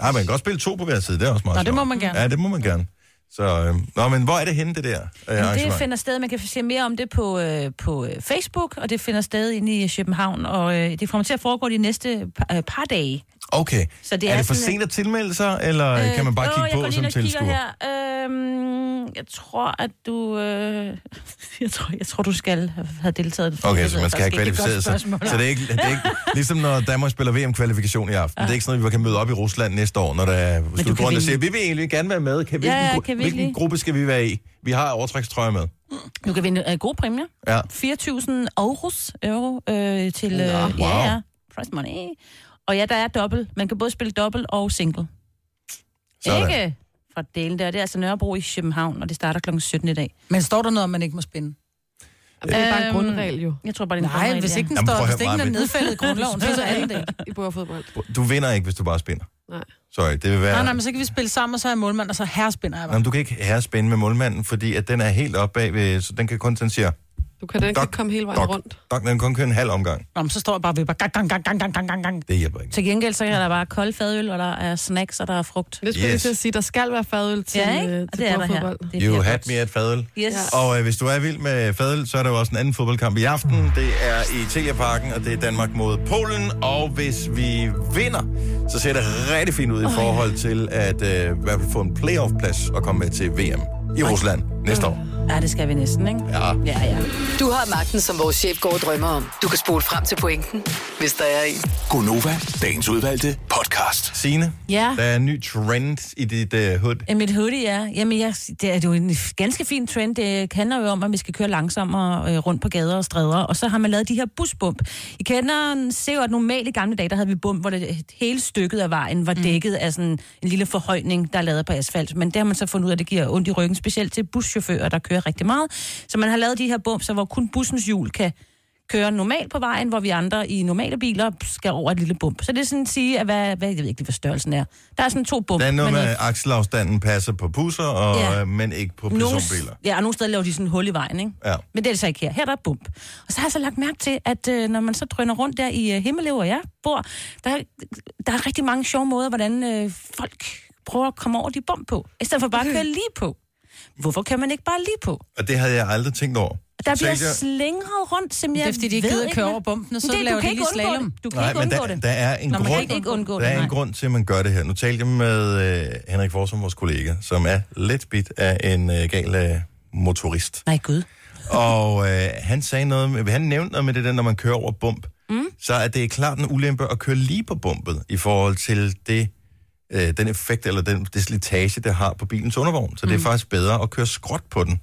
[SPEAKER 1] Nej, man kan godt spille to på hver side, det er også meget
[SPEAKER 3] Nå, det
[SPEAKER 1] sjovt.
[SPEAKER 3] må man gerne.
[SPEAKER 1] Ja, det må man gerne. Så, øh, nå, men hvor er det henne, det der øh,
[SPEAKER 4] Det
[SPEAKER 1] arrangement?
[SPEAKER 4] finder sted, man kan se mere om det på, øh, på øh, Facebook, og det finder sted inde i København, og øh, det kommer til at foregå de næste par, øh, par dage.
[SPEAKER 1] Okay.
[SPEAKER 4] Så det
[SPEAKER 1] er,
[SPEAKER 4] er
[SPEAKER 1] det for
[SPEAKER 4] sådan,
[SPEAKER 1] sent at tilmelde sig, eller øh, kan man bare
[SPEAKER 4] åh, jeg
[SPEAKER 1] kigge
[SPEAKER 4] går
[SPEAKER 1] på
[SPEAKER 4] lige
[SPEAKER 1] som
[SPEAKER 4] ind og kigger
[SPEAKER 1] tilskuer?
[SPEAKER 4] Her. Øhm, jeg tror, at du... Øh, jeg, tror, jeg tror, du skal have have deltaget.
[SPEAKER 1] Okay,
[SPEAKER 4] Jeg
[SPEAKER 1] så
[SPEAKER 4] ved
[SPEAKER 1] man
[SPEAKER 4] det
[SPEAKER 1] skal have
[SPEAKER 4] faktisk ikke. Det er et
[SPEAKER 1] kvalificeret
[SPEAKER 4] godt
[SPEAKER 1] sig.
[SPEAKER 4] spørgsmål.
[SPEAKER 1] Så det er, ikke, det er ikke ligesom, når Danmark spiller VM-kvalifikation i aften. Ja. Det er ikke sådan, at vi bare kan møde op i Rusland næste år, når der er slutrunden, der
[SPEAKER 4] vinde.
[SPEAKER 1] siger, vi vil egentlig gerne være med. Kan,
[SPEAKER 4] Ja,
[SPEAKER 1] hvilken,
[SPEAKER 4] ja,
[SPEAKER 1] gru-
[SPEAKER 4] kan vi ikke
[SPEAKER 1] hvilken
[SPEAKER 4] lige?"
[SPEAKER 1] gruppe skal vi være i? Vi har overtrækstrøjer med.
[SPEAKER 4] Du kan vinde øh, gode præmier.
[SPEAKER 1] Ja.
[SPEAKER 4] 4.000 euros euro, øh, til... Øh,
[SPEAKER 1] Nå, wow.
[SPEAKER 4] Ja, ja. Prize money. Og ja, der er dobbelt. Man kan både spille dobbelt og single.
[SPEAKER 1] Sådan.
[SPEAKER 4] Ikke fra delen der. Det er altså Nørrebro i København, og det starter kl. 17 i dag.
[SPEAKER 3] Men står der noget, om man ikke må spinde?
[SPEAKER 2] Jamen, det er bare en
[SPEAKER 4] Øhm,
[SPEAKER 2] grundregel jo,
[SPEAKER 4] Jeg tror bare, det er en
[SPEAKER 3] Nej,
[SPEAKER 4] grundregel,
[SPEAKER 3] hvis
[SPEAKER 4] ja.
[SPEAKER 3] ikke den
[SPEAKER 1] Jamen, prøv
[SPEAKER 3] står,
[SPEAKER 1] at
[SPEAKER 3] hvis
[SPEAKER 1] høre,
[SPEAKER 3] ikke den er
[SPEAKER 1] Maja,
[SPEAKER 3] nedfældet i grundloven, så er alle det.
[SPEAKER 2] i bordfodbold.
[SPEAKER 1] Du vinder ikke, hvis du bare spinder.
[SPEAKER 2] Nej.
[SPEAKER 1] Sorry, det vil være...
[SPEAKER 3] Nej, nej, men så kan vi spille sammen, og så er jeg målmand, og så herrespinder jeg
[SPEAKER 1] Nå,
[SPEAKER 3] bare.
[SPEAKER 1] men du kan ikke herrespænde med målmanden, fordi at den er helt oppe bagved, så den kan kun, den siger,
[SPEAKER 2] Du kan da ikke
[SPEAKER 1] Dok,
[SPEAKER 2] komme hele vejen
[SPEAKER 1] dok,
[SPEAKER 2] rundt.
[SPEAKER 1] dok, den kan kun køre en halv omgang.
[SPEAKER 3] Nå, men så står jeg bare ved, bare gang, gang, gang, gang, gang, gang, gang, gang.
[SPEAKER 1] Det hjælper ikke.
[SPEAKER 4] Til gengæld, så er der bare kold fadøl, og der er snacks, og der er frugt.
[SPEAKER 2] Det skulle yes. jeg lige
[SPEAKER 1] Yes.
[SPEAKER 2] til at sige, der skal være fadøl til,
[SPEAKER 4] Ja,
[SPEAKER 2] øh,
[SPEAKER 4] ikke? Og
[SPEAKER 2] til
[SPEAKER 4] det er der her.
[SPEAKER 2] bordfodbold.
[SPEAKER 4] Det
[SPEAKER 1] You
[SPEAKER 4] bliver
[SPEAKER 1] had
[SPEAKER 4] godt.
[SPEAKER 1] me at fadel.
[SPEAKER 4] Yes.
[SPEAKER 2] Ja.
[SPEAKER 1] Og øh, hvis du er vild med fadel, så er der jo også en anden fodboldkamp i aften. Det er i Telia Parken, og det er Danmark mod Polen. Og hvis vi vinder, så ser det rigtig fint ud i forhold til at øh, i hvert fald få en playoff-plads og komme med til VM i Rusland næste år.
[SPEAKER 4] Ja, det skal vi næsten, ikke?
[SPEAKER 1] Ja.
[SPEAKER 4] Ja, ja.
[SPEAKER 5] Du har magten, som vores chef går og drømmer om. Du kan spole frem til pointen, hvis der er en.
[SPEAKER 6] Gonova, dagens udvalgte podcast.
[SPEAKER 1] Signe,
[SPEAKER 4] Ja.
[SPEAKER 1] der er en ny trend i dit øh, hood.
[SPEAKER 4] Ja, Mit hoodie, ja. Jamen, jeg, det er jo en ganske fin trend. Det handler jo om, at vi skal køre langsommere øh, rundt på gader og stræder. Og så har man lavet de her busbump. I kender ser at normalt i gamle dage, der havde vi bump, hvor det hele stykket af vejen var dækket af sådan en lille forhøjning, der er lavet på asfalt. Men det har man så fundet ud af, at det giver ondt i ryggen, specielt til buschauffører, der kører rigtig meget. Så man har lavet de her bump, så hvor kun bussens hjul kan kører normalt på vejen, hvor vi andre i normale biler skal over et lille bump. Så det er sådan at sige, at hvad, hvad, jeg ved ikke lige, hvad størrelsen er. Der er sådan to bump.
[SPEAKER 1] Der er noget
[SPEAKER 4] men
[SPEAKER 1] med,
[SPEAKER 4] jeg-
[SPEAKER 1] at akselafstanden passer på pusser, og,
[SPEAKER 4] Ja.
[SPEAKER 1] ja. men ikke på
[SPEAKER 4] Nogle,
[SPEAKER 1] personbiler.
[SPEAKER 4] ja, og nogle steder laver de sådan en hul i vejen, ikke?
[SPEAKER 1] Ja.
[SPEAKER 4] Men det er det så ikke her. Her er der et bump. Og så har jeg så lagt mærke til, at øh, når man så drøner rundt der i øh, Himmelev, hvor jeg bor, der, er- der er rigtig mange sjove måder, hvordan øh, folk prøver at komme over de bump på, i stedet for bare at køre lige på. Hvorfor kan man ikke bare lige på?
[SPEAKER 1] Og det havde jeg aldrig tænkt over.
[SPEAKER 4] Der
[SPEAKER 1] Så
[SPEAKER 4] bliver
[SPEAKER 1] ikke-
[SPEAKER 4] slingret rundt, som jeg
[SPEAKER 3] Det er, fordi de ikke
[SPEAKER 4] ved
[SPEAKER 3] gider at køre
[SPEAKER 4] hvad-
[SPEAKER 3] over bumpene, så
[SPEAKER 4] Men det,
[SPEAKER 3] laver
[SPEAKER 4] du kan
[SPEAKER 3] de
[SPEAKER 4] ikke
[SPEAKER 3] lige
[SPEAKER 4] undgå
[SPEAKER 3] slalom.
[SPEAKER 4] det. Du kan
[SPEAKER 1] Nej,
[SPEAKER 4] ikke
[SPEAKER 1] men
[SPEAKER 4] undgå
[SPEAKER 1] der,
[SPEAKER 4] det.
[SPEAKER 1] der er en
[SPEAKER 4] Nå, man kan
[SPEAKER 1] grund.
[SPEAKER 4] ikke- ikke undgå
[SPEAKER 1] der
[SPEAKER 4] det,
[SPEAKER 1] er en
[SPEAKER 4] nej.
[SPEAKER 1] grund til, at man gør det her. Nu talte jeg med øh, Henrik Forsum, vores kollega, som er lidt bit af en øh, gal øh, motorist.
[SPEAKER 4] Nej, gud.
[SPEAKER 1] Og øh, han sagde noget, med, han nævnte noget med det der, når man kører over bump. Mm. Så at det er klart en ulempe at køre lige på bumpet i forhold til det, øh, den effekt eller den, det slitage, det har på bilens undervogn. Så det
[SPEAKER 4] Mm.
[SPEAKER 1] er faktisk bedre at køre skråt på den.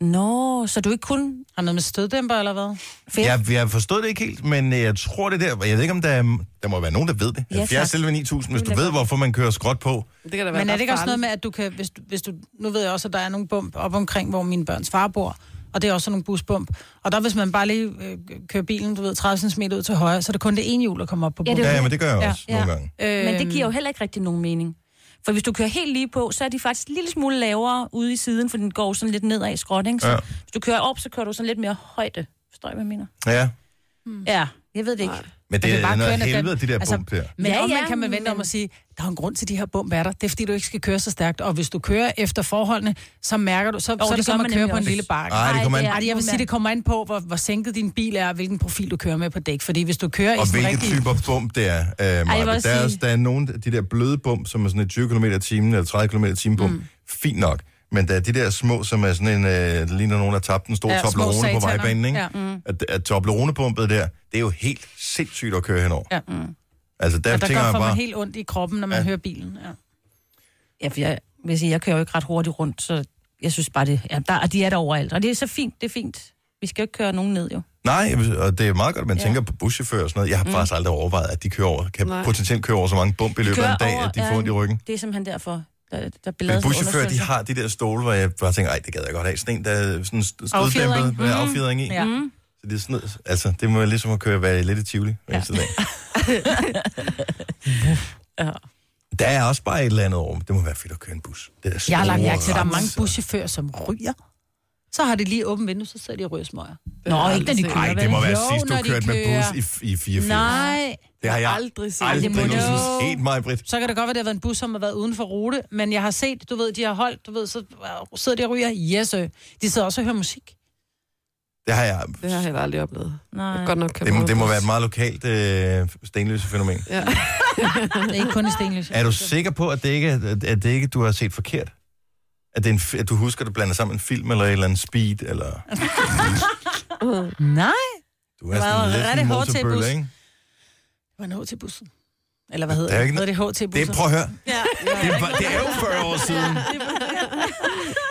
[SPEAKER 4] Nå, så du ikke kun...
[SPEAKER 3] Har noget med støddæmper eller hvad?
[SPEAKER 4] Ja.
[SPEAKER 1] Jeg, jeg forstod det ikke helt, men øh, jeg tror det der. Jeg ved ikke, om der, der må være nogen, der ved det.
[SPEAKER 4] Ja,
[SPEAKER 1] 70
[SPEAKER 4] tak.
[SPEAKER 1] selv 9000, hvis
[SPEAKER 4] Det
[SPEAKER 1] du
[SPEAKER 4] vil
[SPEAKER 1] ved,
[SPEAKER 4] jeg
[SPEAKER 1] hvorfor man kører skråt på.
[SPEAKER 2] Det kan da være
[SPEAKER 3] Men er det ikke også noget
[SPEAKER 2] med...
[SPEAKER 3] med, at du kan, hvis du, hvis du, nu ved jeg også, at der er nogle bump op omkring, hvor min børns far bor, og det er også nogle busbump. Og der, hvis man bare lige øh, kører bilen, du ved, 30 cm ud til højre, så er det kun det ene hjul, der kommer op på
[SPEAKER 4] Ja,
[SPEAKER 3] bumpen.
[SPEAKER 4] det
[SPEAKER 1] Ja, ja, men det gør jeg også
[SPEAKER 4] Ja.
[SPEAKER 1] ja. nogle
[SPEAKER 4] Ja.
[SPEAKER 1] gange.
[SPEAKER 3] Øh,
[SPEAKER 4] Men det giver jo heller ikke rigtig nogen mening. For hvis du kører helt lige på, så er de faktisk en lille smule lavere ude i siden, for den går jo sådan lidt nedad i skråt, ikke? Så
[SPEAKER 1] Ja.
[SPEAKER 4] hvis du kører op, så kører du sådan lidt mere højde. Forstår I, hvad jeg mener?
[SPEAKER 1] Ja.
[SPEAKER 4] Ja, jeg ved det ikke.
[SPEAKER 1] Men det
[SPEAKER 3] Man kan
[SPEAKER 1] er
[SPEAKER 3] bare
[SPEAKER 1] noget
[SPEAKER 3] køre ned ad
[SPEAKER 1] helvede, de der bump der.
[SPEAKER 3] Men
[SPEAKER 4] Ja,
[SPEAKER 3] ja,
[SPEAKER 4] ja,
[SPEAKER 3] man kan man vente om
[SPEAKER 4] men-
[SPEAKER 3] at sige, der er en grund til, at de her bump er der. Det er, fordi du ikke skal køre så stærkt. Og hvis du kører efter forholdene, så mærker du, så, oh, så er
[SPEAKER 4] det
[SPEAKER 3] det
[SPEAKER 4] gør
[SPEAKER 3] som
[SPEAKER 4] man
[SPEAKER 3] at køre
[SPEAKER 4] nemlig
[SPEAKER 3] på en
[SPEAKER 4] også.
[SPEAKER 3] lille bakke.
[SPEAKER 1] Nej, det kommer
[SPEAKER 4] Ej,
[SPEAKER 1] an.
[SPEAKER 4] det
[SPEAKER 3] Ej, jeg vil sige, det kommer an på, hvor, hvor sænket din bil er, og hvilken profil du kører med på dæk. Fordi hvis du kører i
[SPEAKER 1] Og
[SPEAKER 3] sådan
[SPEAKER 1] hvilke
[SPEAKER 3] rigtig...
[SPEAKER 1] typer bump det er. Øh,
[SPEAKER 4] vil
[SPEAKER 1] Maja.
[SPEAKER 4] også
[SPEAKER 1] der, er, også-
[SPEAKER 4] sige-
[SPEAKER 1] der er nogle af de der bløde bump, som er sådan et 20 km i timen, eller 30 km i timen bump. Mm. Fint nok. Men der er de der små, som er sådan en, øh, det ligner nogen, der tabte en stor ja,
[SPEAKER 3] Ja, små
[SPEAKER 1] Toblerone på
[SPEAKER 3] sataner.
[SPEAKER 1] vejbanen, ikke?
[SPEAKER 3] Ja.
[SPEAKER 1] Mm. At, at Toblerone-bumpet der, det er jo helt sindssygt at køre henover.
[SPEAKER 3] Ja.
[SPEAKER 1] Altså, der,
[SPEAKER 3] Og
[SPEAKER 1] der
[SPEAKER 3] der
[SPEAKER 1] tænker
[SPEAKER 3] går
[SPEAKER 1] jeg
[SPEAKER 3] for
[SPEAKER 1] bare,
[SPEAKER 3] man helt ondt i kroppen, når man
[SPEAKER 1] Ja.
[SPEAKER 3] ja. hører bilen. Ja.
[SPEAKER 4] Ja, for jeg vil sige, jeg kører jo ikke ret hurtigt rundt, så jeg synes bare, det, ja, der, og de er der overalt. Og det er så fint, det er fint. Vi skal jo ikke køre nogen ned, jo.
[SPEAKER 1] nej, og det er meget godt, at man ja. tænker på buschauffører og sådan noget. Jeg har mm. faktisk aldrig overvejet, at de kører over, kan nej.
[SPEAKER 2] Nej.
[SPEAKER 1] potentielt køre over så mange bump i løbet af en dag, at de får ondt i ryggen.
[SPEAKER 4] Det er simpelthen derfor, der, der
[SPEAKER 1] Men
[SPEAKER 4] billeder
[SPEAKER 1] buschauffører, de har de der stole, hvor jeg bare tænker, ej, det gad jeg godt have. Sådan en, der er sådan støddæmpet
[SPEAKER 3] Affjedring.
[SPEAKER 1] med affjedring i.
[SPEAKER 3] Ja. Mm.
[SPEAKER 1] Så det er sådan noget, altså, det må være ligesom at køre være lidt i Tivoli hver eneste dag.
[SPEAKER 4] Ja.
[SPEAKER 1] Der er også bare et eller andet over, det må være fedt at køre en bus. Det er
[SPEAKER 3] Jeg har lagt
[SPEAKER 1] store
[SPEAKER 3] mærke til, at der er mange
[SPEAKER 1] ret.
[SPEAKER 3] buschauffører, som ryger. Så har de lige åbent vindue, så sidder de og ryger smøger.
[SPEAKER 4] Nå, ikke da de kører,
[SPEAKER 1] Ej, det må
[SPEAKER 4] vel?
[SPEAKER 1] være
[SPEAKER 3] Jo,
[SPEAKER 1] sidst,
[SPEAKER 3] når
[SPEAKER 1] du
[SPEAKER 3] de
[SPEAKER 1] kørte med
[SPEAKER 3] kører.
[SPEAKER 1] bus i, i 84.
[SPEAKER 3] Nej,
[SPEAKER 1] det har jeg
[SPEAKER 2] aldrig set.
[SPEAKER 1] aldrig
[SPEAKER 3] Det må
[SPEAKER 1] nogensinde
[SPEAKER 3] jo-
[SPEAKER 1] set mig, Britt.
[SPEAKER 3] så kan det godt være, at det har været en bus, som har været uden for rute, men jeg har set, du ved, de har holdt, du ved, så sidder de og ryger, yes, øh. De sidder også og hører musik.
[SPEAKER 1] Det har jeg.
[SPEAKER 2] Det har jeg heller aldrig oplevet. Jeg
[SPEAKER 4] Nej,
[SPEAKER 2] har godt nok kørt
[SPEAKER 1] Det, må- det må
[SPEAKER 2] motorbus.
[SPEAKER 1] være et meget lokalt øh, stenløse fænomen.
[SPEAKER 2] Ja.
[SPEAKER 3] Det er ikke kun i Stenløs.
[SPEAKER 1] Er du sikker på, at det ikke er- at det ikke du har set forkert? At, det er en, fi- at du husker, at du blander sammen en film eller et eller andet speed, eller...
[SPEAKER 3] Nej,
[SPEAKER 1] Du er
[SPEAKER 3] var
[SPEAKER 1] sådan
[SPEAKER 3] jo
[SPEAKER 1] lidt en
[SPEAKER 3] rigtig hårdt til
[SPEAKER 1] motorbølle,
[SPEAKER 3] bus.
[SPEAKER 1] ikke?
[SPEAKER 3] det var en HT-bussen. Eller hvad hedder
[SPEAKER 1] Der er
[SPEAKER 3] det?
[SPEAKER 1] ikke
[SPEAKER 3] Hedder det HT-busser?
[SPEAKER 1] Det, prøv at høre. Ja. Det, er, det er jo 40 år siden.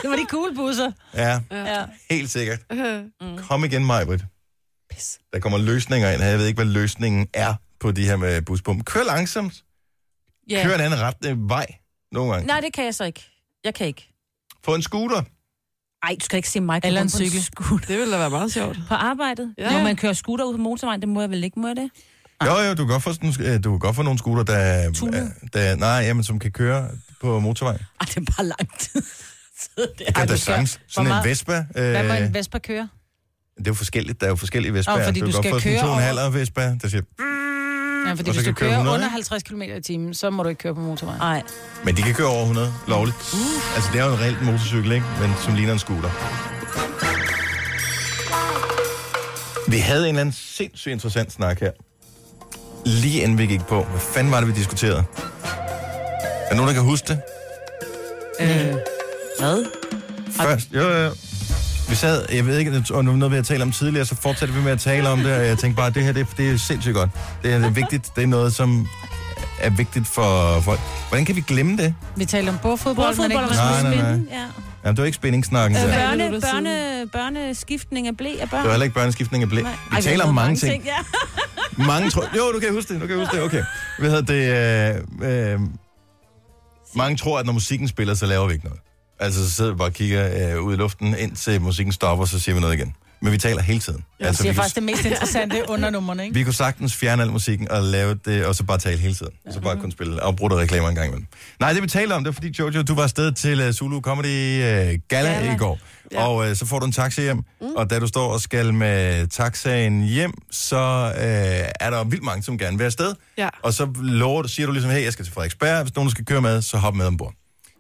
[SPEAKER 3] det var de cool busser.
[SPEAKER 1] Ja,
[SPEAKER 3] Ja.
[SPEAKER 1] helt sikkert. Kom igen, Majbrit. Der kommer løsninger ind her. Jeg ved ikke, hvad løsningen er på de her med busbomben. Kør langsomt.
[SPEAKER 4] ja.
[SPEAKER 1] Kør en anden ret øh, vej nogle gange.
[SPEAKER 4] Nej, det kan jeg så ikke. Jeg kan ikke.
[SPEAKER 1] Få en scooter.
[SPEAKER 4] Ej, du skal ikke se mig. køre
[SPEAKER 3] Eller en
[SPEAKER 4] rundt på
[SPEAKER 3] cykel.
[SPEAKER 4] scooter.
[SPEAKER 2] Det ville da være meget sjovt.
[SPEAKER 4] På arbejdet?
[SPEAKER 2] Ja.
[SPEAKER 4] Ja. Når man kører scooter ud på motorvejen, det må jeg vel ikke, må jeg det?
[SPEAKER 3] Ah.
[SPEAKER 1] Jo, jo, du kan godt få, sådan, en sk- øh, du kan godt få nogle scooter, der, øh,
[SPEAKER 4] Tunet.
[SPEAKER 1] der nej, jamen, som kan køre på motorvej.
[SPEAKER 4] Ej, det er bare langt. Så det
[SPEAKER 1] Det
[SPEAKER 4] er...
[SPEAKER 1] kan
[SPEAKER 3] du
[SPEAKER 1] da
[SPEAKER 3] skal-
[SPEAKER 1] sagtens. Sådan
[SPEAKER 3] hvor
[SPEAKER 1] en
[SPEAKER 3] meget-
[SPEAKER 1] Vespa. Øh,
[SPEAKER 3] Hvad må en
[SPEAKER 1] det
[SPEAKER 3] Vespa køre?
[SPEAKER 1] er jo forskelligt. Der er jo forskellige Vespaer.
[SPEAKER 3] Nå, fordi
[SPEAKER 1] du,
[SPEAKER 3] du
[SPEAKER 1] kan
[SPEAKER 3] skal
[SPEAKER 1] godt få sådan
[SPEAKER 3] køre
[SPEAKER 1] to og en halv Vespa, der siger...
[SPEAKER 3] Ja, fordi
[SPEAKER 1] Og så
[SPEAKER 3] hvis
[SPEAKER 1] kan
[SPEAKER 3] du
[SPEAKER 1] køre
[SPEAKER 3] kører
[SPEAKER 1] 100,
[SPEAKER 3] under
[SPEAKER 1] ikke?
[SPEAKER 3] 50 km i timen, så må du ikke køre på motorvejen.
[SPEAKER 4] Ej,
[SPEAKER 1] Men de kan køre over 100, lovligt. Uh. Altså, det er jo en reelt motorcykel, ikke? Men som ligner en scooter. Vi havde en eller anden sindssygt interessant snak her. Lige inden vi gik på. Hvad fanden var det, vi diskuterede? Er der nogen, der kan huske det?
[SPEAKER 3] Øh,
[SPEAKER 4] hvad?
[SPEAKER 1] Først, jo, jo, jo. Vi sad, jeg ved ikke, og nu noget, vi har talt om tidligere, så fortsatte vi med at tale om det, og jeg tænkte bare, det her, det, det er sindssygt godt. Det er, det er vigtigt, det er noget, som er vigtigt for folk. Hvordan kan vi glemme det?
[SPEAKER 3] vi talte om bordfodbold,
[SPEAKER 4] Bordfodbold,
[SPEAKER 3] men
[SPEAKER 4] man
[SPEAKER 3] ikke...
[SPEAKER 1] Nej,
[SPEAKER 4] skal
[SPEAKER 1] nej, nej.
[SPEAKER 4] spille. Ja. Øh,
[SPEAKER 1] Jamen, det var ikke spændingssnakken. der.
[SPEAKER 2] Børne-
[SPEAKER 4] Børne, børne,
[SPEAKER 2] børne-
[SPEAKER 4] børneskiftning af blæ af børn.
[SPEAKER 1] Det var heller ikke børneskiftning af blæ.
[SPEAKER 4] Nej.
[SPEAKER 1] Vi
[SPEAKER 4] Ej,
[SPEAKER 1] taler
[SPEAKER 4] ved
[SPEAKER 1] om mange
[SPEAKER 4] mange
[SPEAKER 1] ting.
[SPEAKER 4] ting. ja.
[SPEAKER 1] Mange tror... Jo, du kan huske det, du kan huske det, okay. Hvad hedder det? Øh, øh, mange tror, at når musikken spiller, så laver vi ikke noget. Altså, så sidder vi bare og kigger øh, ud i luften, indtil musikken stopper, så siger vi noget igen. Men vi taler hele tiden.
[SPEAKER 3] Jeg
[SPEAKER 1] Altså, vi,
[SPEAKER 3] siger
[SPEAKER 1] kunne,
[SPEAKER 3] faktisk det mest interessante under numrene, ikke?
[SPEAKER 1] vi kunne sagtens fjerne al musikken og lave det, og så bare tale hele tiden. Og så bare kun spille afbrudte reklamer en gang imellem. Nej, det vi taler om, det er fordi, Jojo, du var afsted til øh, Zulu Comedy øh, Gala
[SPEAKER 4] Gala.
[SPEAKER 1] i går. Ja. Og øh, så får du en taxa hjem, mm. og da du står og skal med taxaen hjem, så øh, er der vildt mange, som gerne vil afsted.
[SPEAKER 2] Ja.
[SPEAKER 1] Og så lover, du- siger du ligesom, hey, jeg skal til Frederiksberg, hvis nogen du skal køre med, så hop med ombord.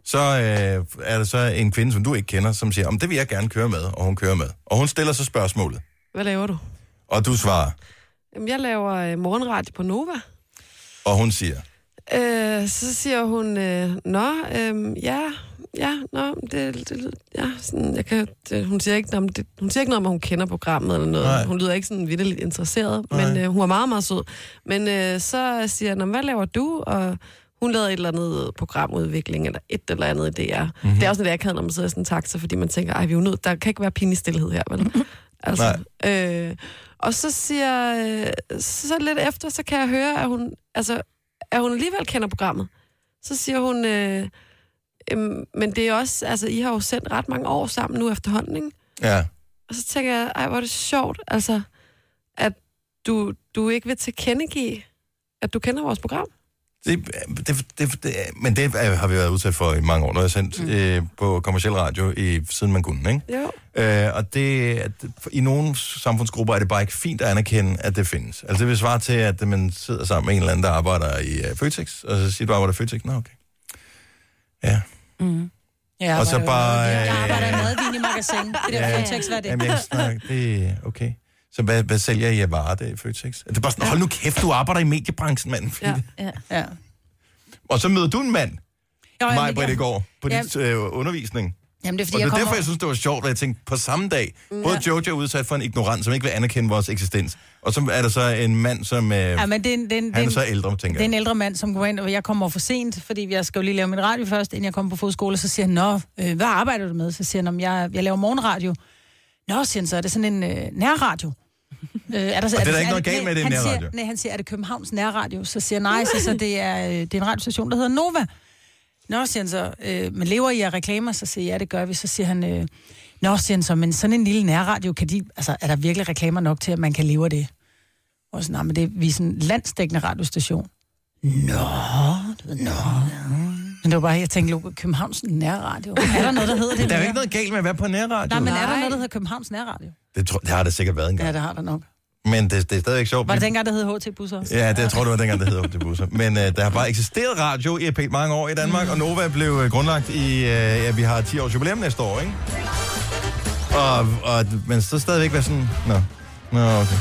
[SPEAKER 1] Så øh, er der så en kvinde, som du ikke kender, som siger, om det vil jeg gerne køre med, og hun kører med. Og hun stiller så spørgsmålet,
[SPEAKER 2] Hvad laver du?
[SPEAKER 1] og du svarer,
[SPEAKER 2] Jamen, jeg laver øh, morgenradio på Nova.
[SPEAKER 1] og hun siger,
[SPEAKER 2] Øh, så siger hun, øh, nå, øh, ja, ja, nå, det, det ja, sådan, jeg kan, det, hun, siger ikke, nå, men det, hun siger ikke noget om, at hun kender programmet eller noget.
[SPEAKER 1] Nej.
[SPEAKER 2] Hun lyder ikke sådan vildt interesseret,
[SPEAKER 1] Nej.
[SPEAKER 2] men øh, hun var meget, meget sød. Men øh, så siger jeg, nå, men hvad laver du? Og hun lavede et eller andet programudvikling, eller et eller andet i DR.
[SPEAKER 1] Mhm.
[SPEAKER 2] Mm-hmm. Det er også en akavet, når man sidder i sådan en taxa, fordi man tænker, ej, vi er jo nødt, der kan ikke være pinlig stillhed her, vel? altså, øh, og så siger, øh, så lidt efter, så kan jeg høre, at hun, altså, at hun alligevel kender programmet. Så siger hun, øh, øhm, men det er også, altså, I har jo sendt ret mange år sammen nu efterhånden, ikke?
[SPEAKER 1] ja,
[SPEAKER 2] Og så tænker jeg, ej, hvor er det sjovt, altså, at du, du ikke vil tilkendegive, at du kender vores program.
[SPEAKER 1] Det, det, det, det, men det er- har vi været udsat for i mange år, når jeg sendt mm. øh, på kommersiel radio, i, siden man kunne, ikke?
[SPEAKER 2] Jo.
[SPEAKER 1] Øh, og det, at, i nogle samfundsgrupper er det bare ikke fint at anerkende, at det findes. Altså det vil svare til, at man sidder sammen med en eller anden, der arbejder i øh, Føtex, og så siger du, arbejder i Føtex? Nå, okay. Ja.
[SPEAKER 3] Ja,
[SPEAKER 1] Og så bare...
[SPEAKER 3] Jeg
[SPEAKER 1] Øh,
[SPEAKER 3] arbejder i madvin i magasin. Det der ja. Føtex, hvad er det?
[SPEAKER 1] jamen, jeg snakker, det er okay. Så hvad, hvad sælger I af varer der i Føtex? Det er bare sådan, hold nu kæft, du arbejder i mediebranchen, mand.
[SPEAKER 2] Ja.
[SPEAKER 3] Ja.
[SPEAKER 1] Og så møder du en mand,
[SPEAKER 3] Jo,
[SPEAKER 1] Maj
[SPEAKER 3] jamen,
[SPEAKER 1] Britt, i
[SPEAKER 3] jeg,
[SPEAKER 1] går, på
[SPEAKER 3] Ja.
[SPEAKER 1] dit øh, undervisning.
[SPEAKER 3] jamen, det er fordi,
[SPEAKER 1] Og det var
[SPEAKER 3] jeg kommer... Mm.
[SPEAKER 1] derfor, jeg synes, det var sjovt, at jeg tænkte, på samme dag, både Jojo er udsat for en ignorant, som ikke vil anerkende vores eksistens, og så er der så en mand, som... Øh,
[SPEAKER 3] Ja, men det er, en- det er, en- det
[SPEAKER 1] han
[SPEAKER 3] er
[SPEAKER 1] er
[SPEAKER 3] en-
[SPEAKER 1] så ældre, tænker
[SPEAKER 3] Det er en
[SPEAKER 1] jeg.
[SPEAKER 3] ældre mand, som går ind, og jeg kommer for sent, fordi jeg skal jo lige lave min radio først, inden jeg kommer på fodskole. Så siger han, Nå, øh, hvad arbejder du med? Så siger han, "Om jeg, jeg laver morgenradio. Nå, siger han så, er det sådan en øh, nærradio? Øh, er der, så-
[SPEAKER 1] Og det er der
[SPEAKER 3] så-
[SPEAKER 1] ikke noget galt med, at det er en
[SPEAKER 3] han
[SPEAKER 1] nærradio.
[SPEAKER 3] Siger, nej, han siger, er det Københavns nærradio? Så siger jeg, nej, så, så det, er, øh, det er en radiostation, der hedder Nova. Nå, siger han så, øh, men lever I af reklamer? Så siger jeg, ja, det gør vi. Så siger han, øh, nå, siger han så, men sådan en lille nærradio, kan de, altså, er der virkelig reklamer nok til, at man kan leve af det? Og sådan, nej, men det, vi er sådan en landsdækkende radiostation. Nå, du ved, nå. Men det var bare, jeg tænkte, Luka, Københavns nærradio. Er der noget, der hedder det?
[SPEAKER 1] Der er jo
[SPEAKER 3] mere?
[SPEAKER 1] ikke noget galt med at være på nærradio.
[SPEAKER 3] Nej, men er der
[SPEAKER 2] Nej.
[SPEAKER 3] noget, der hedder Københavns nærradio?
[SPEAKER 1] Det, tror, det har det sikkert været engang.
[SPEAKER 3] Ja, det har der nok.
[SPEAKER 1] Men det, det er stadigvæk sjovt.
[SPEAKER 3] Var det dengang, der hed HT Busser også?
[SPEAKER 1] Ja, det jeg tror det var dengang, det hed Opti Busser. Men øh, der har bare eksisteret radio i pænt mange år i Danmark, mm. og Nova blev øh, grundlagt i, øh, ja, vi har 10 års jubilæum næste år, ikke? Og, og men så stadigvæk være sådan, nå, nå, okay.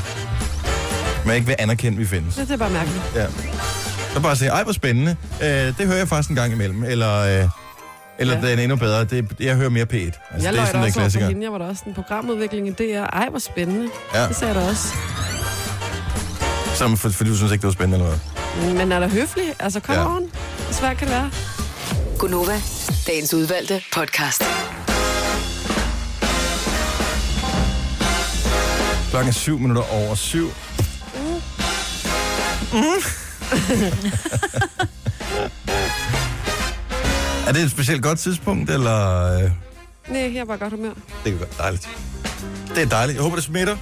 [SPEAKER 1] Man ikke vil anerkende, at vi findes.
[SPEAKER 2] Så det er bare mærkeligt.
[SPEAKER 1] Ja. Så bare sige, ej, hvor spændende. Øh, det hører jeg faktisk en gang imellem. Eller, øh, eller ja.
[SPEAKER 2] Ja.
[SPEAKER 1] den er endnu bedre. Det, jeg hører mere P1. Altså,
[SPEAKER 2] Jeg løj da
[SPEAKER 1] en
[SPEAKER 2] også over for hende. Jeg var da også en programudvikling i DR. Ej, hvor spændende.
[SPEAKER 1] Ja.
[SPEAKER 2] Ja. Det sagde jeg da også.
[SPEAKER 1] Som, for, fordi du synes ikke, det var spændende eller hvad?
[SPEAKER 2] Men er der høflig? Altså, kom
[SPEAKER 1] Ja.
[SPEAKER 2] ja. on. Hvor svært kan det være?
[SPEAKER 5] Gunova, dagens udvalgte podcast.
[SPEAKER 1] Klokken er syv minutter over syv.
[SPEAKER 2] Mm.
[SPEAKER 1] er det et specielt godt tidspunkt, eller... øh, Det
[SPEAKER 2] Nej, jeg er bare i godt humør.
[SPEAKER 1] kan være dejligt. Det er dejligt. Jeg håber, det smitter.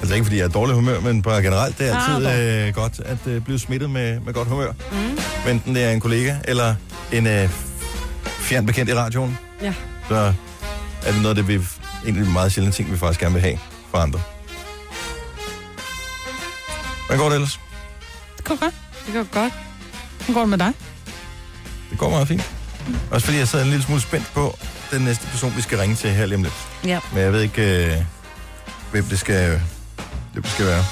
[SPEAKER 1] Altså ikke, fordi jeg er i dårlig humør, men bare generelt, det er altid øh, godt at øh, blive smittet med, med godt humør. Mm. Enten det er en kollega, eller en øh, fjern bekendt i radioen.
[SPEAKER 2] Ja.
[SPEAKER 1] Så er det noget af det, vi egentlig meget sjældne ting, vi faktisk gerne vil have fra andre. Hvordan går det ellers?
[SPEAKER 3] Det går godt.
[SPEAKER 2] Det går godt.
[SPEAKER 3] Hvordan går det med dig?
[SPEAKER 1] Det går meget fint. Også fordi jeg sad en lille smule spændt på den næste person, vi skal ringe til her lige om lidt.
[SPEAKER 4] Ja.
[SPEAKER 1] Men jeg ved ikke, øh, hvem det skal, hvem det skal være.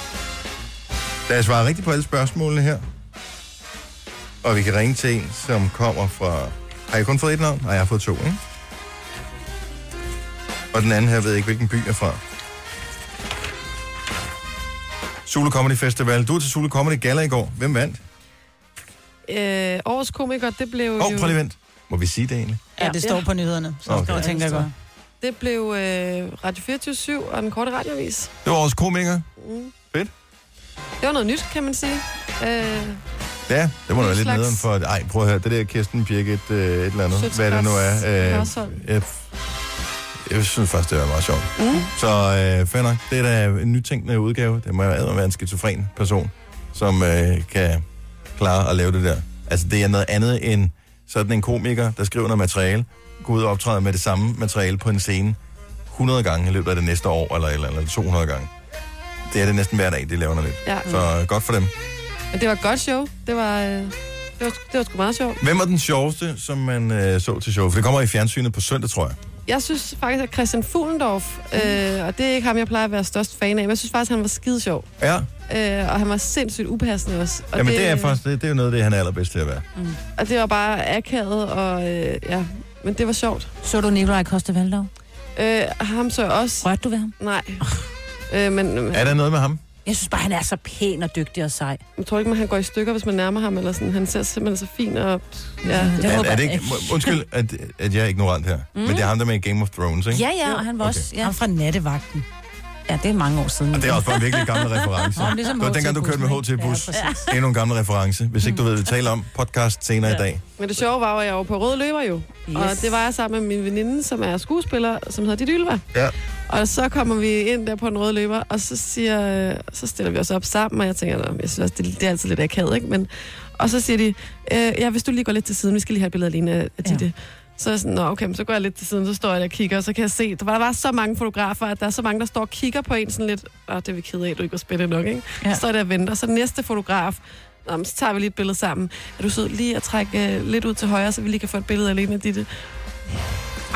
[SPEAKER 1] Da jeg svarer rigtigt på alle spørgsmålene her, og vi kan ringe til en, som kommer fra... Har jeg kun fået et navn? Nej, jeg har fået to, ikke? Og den anden her ved jeg ikke, hvilken by jeg er fra. Sule Comedy Festival. Du er til Sule Comedy Gala i går. Hvem vandt?
[SPEAKER 2] Øh, årets komiker, det blev
[SPEAKER 1] Åh,
[SPEAKER 2] jo...
[SPEAKER 1] oh, prøv lige vent. Må vi sige det egentlig?
[SPEAKER 3] Ja, det står
[SPEAKER 2] Ja.
[SPEAKER 3] på nyhederne. Så
[SPEAKER 1] Okay.
[SPEAKER 3] okay. Mm. jeg tænker jeg godt.
[SPEAKER 2] Det blev øh, Radio 24 og den korte radiovis.
[SPEAKER 1] Det var også komiker.
[SPEAKER 2] Det var noget nyt, kan man sige. Øh,
[SPEAKER 1] Ja, det må da være
[SPEAKER 2] En
[SPEAKER 1] lidt
[SPEAKER 2] slags-
[SPEAKER 1] nederen for... Ej, prøv at høre, det der Kirsten Birgit, øh, et eller andet,
[SPEAKER 2] Sødt
[SPEAKER 1] hvad det nu er. øh,
[SPEAKER 2] Lars- Larsholm.
[SPEAKER 1] jeg, jeg synes faktisk, det er meget sjovt.
[SPEAKER 2] Mm.
[SPEAKER 1] Så øh, fair nok, det er da en nytænkende udgave. Det må jo være en skizofren person, som øh, kan klare at lave det der. Altså, det er noget andet end sådan en komiker, der skriver noget materiale, går ud og optræder med det samme materiale på en scene 100 gange i løbet af det næste år, eller, eller, eller 200 gange. Det er det næsten hver dag, det laver noget lidt.
[SPEAKER 2] ja.
[SPEAKER 1] Så øh, godt for dem.
[SPEAKER 2] Men det var et godt show. Det var, øh, det var, det var sgu meget sjovt.
[SPEAKER 1] Hvem var den sjoveste, som man øh, så til showet? For det kommer i fjernsynet på søndag, tror jeg.
[SPEAKER 2] Jeg synes faktisk, at Christian Fuglendorf, øh, og det er ikke ham, jeg plejer at være størst fan af, men jeg synes faktisk, han var skide sjov.
[SPEAKER 1] Ja,
[SPEAKER 2] Øh, og han var sindssygt upassende også. Og øh,
[SPEAKER 1] Jamen, det, er faktisk, det, det er jo noget af det, han er allerbedst til at være.
[SPEAKER 2] Og det var bare akavet, og øh, ja, men det var sjovt.
[SPEAKER 4] Så du Nikolaj Koster Valdov?
[SPEAKER 2] Øh, ham så jeg også.
[SPEAKER 4] Rørte du ved ham?
[SPEAKER 2] Nej. Øh, men øh,
[SPEAKER 1] Er der noget med ham?
[SPEAKER 4] Jeg synes bare, han er så pæn og dygtig og sej.
[SPEAKER 2] jeg tror ikke, man han går i stykker, hvis man nærmer ham, eller sådan. Han ser simpelthen så fin, og ja,
[SPEAKER 4] Jeg
[SPEAKER 1] er,
[SPEAKER 4] håber
[SPEAKER 1] er det ikke,
[SPEAKER 4] ikke.
[SPEAKER 1] må- undskyld, at, at jeg er ignorant her. Mm. Men det er ham, der er med i Game of Thrones, ikke?
[SPEAKER 4] Ja, ja, og han var
[SPEAKER 1] Okay.
[SPEAKER 4] også... Ja,
[SPEAKER 3] Ham fra nattevagten.
[SPEAKER 4] ja, det er mange år siden.
[SPEAKER 1] Og det er også bare en virkelig gammel reference.
[SPEAKER 3] Nå, men det er som
[SPEAKER 1] det var dengang, du kørte med
[SPEAKER 3] HT-bussen, ikke?
[SPEAKER 1] HT-bus.
[SPEAKER 3] Ja, præcis.
[SPEAKER 1] Endnu en gammel reference. Hvis ikke du ved, hvad vi taler om podcast senere i dag.
[SPEAKER 2] Men det sjove var jo, at jeg var på røde løber jo. Yes. Og det var jeg sammen med min veninde, som er skuespiller, som hedder Dit Ylva.
[SPEAKER 1] Ja.
[SPEAKER 2] Og så kommer vi ind der på en røde løber, og så, siger, øh, så stiller vi os op sammen, og jeg tænker, "Nå, jeg synes også, det, det er altid lidt akavet, ikke? Men, Og så siger de, øh, ja, hvis du lige går lidt til siden, vi skal lige have et billede alene af af Ditte. Ja. Så er jeg sådan, Nå, okay, men så går jeg lidt til siden, så står jeg der og kigger, og så kan jeg se, der var, der var så mange fotografer, at der er så mange, der står og kigger på en sådan lidt, åh, det er vi kede af, du ikke var spændende nok, ikke?
[SPEAKER 4] Ja.
[SPEAKER 2] Ja. Så står jeg der og venter, så næste fotograf, Nå, men så tager vi lige et billede sammen. Er du sød lige at trække øh, lidt ud til højre, så vi lige kan få et billede alene af Ditte?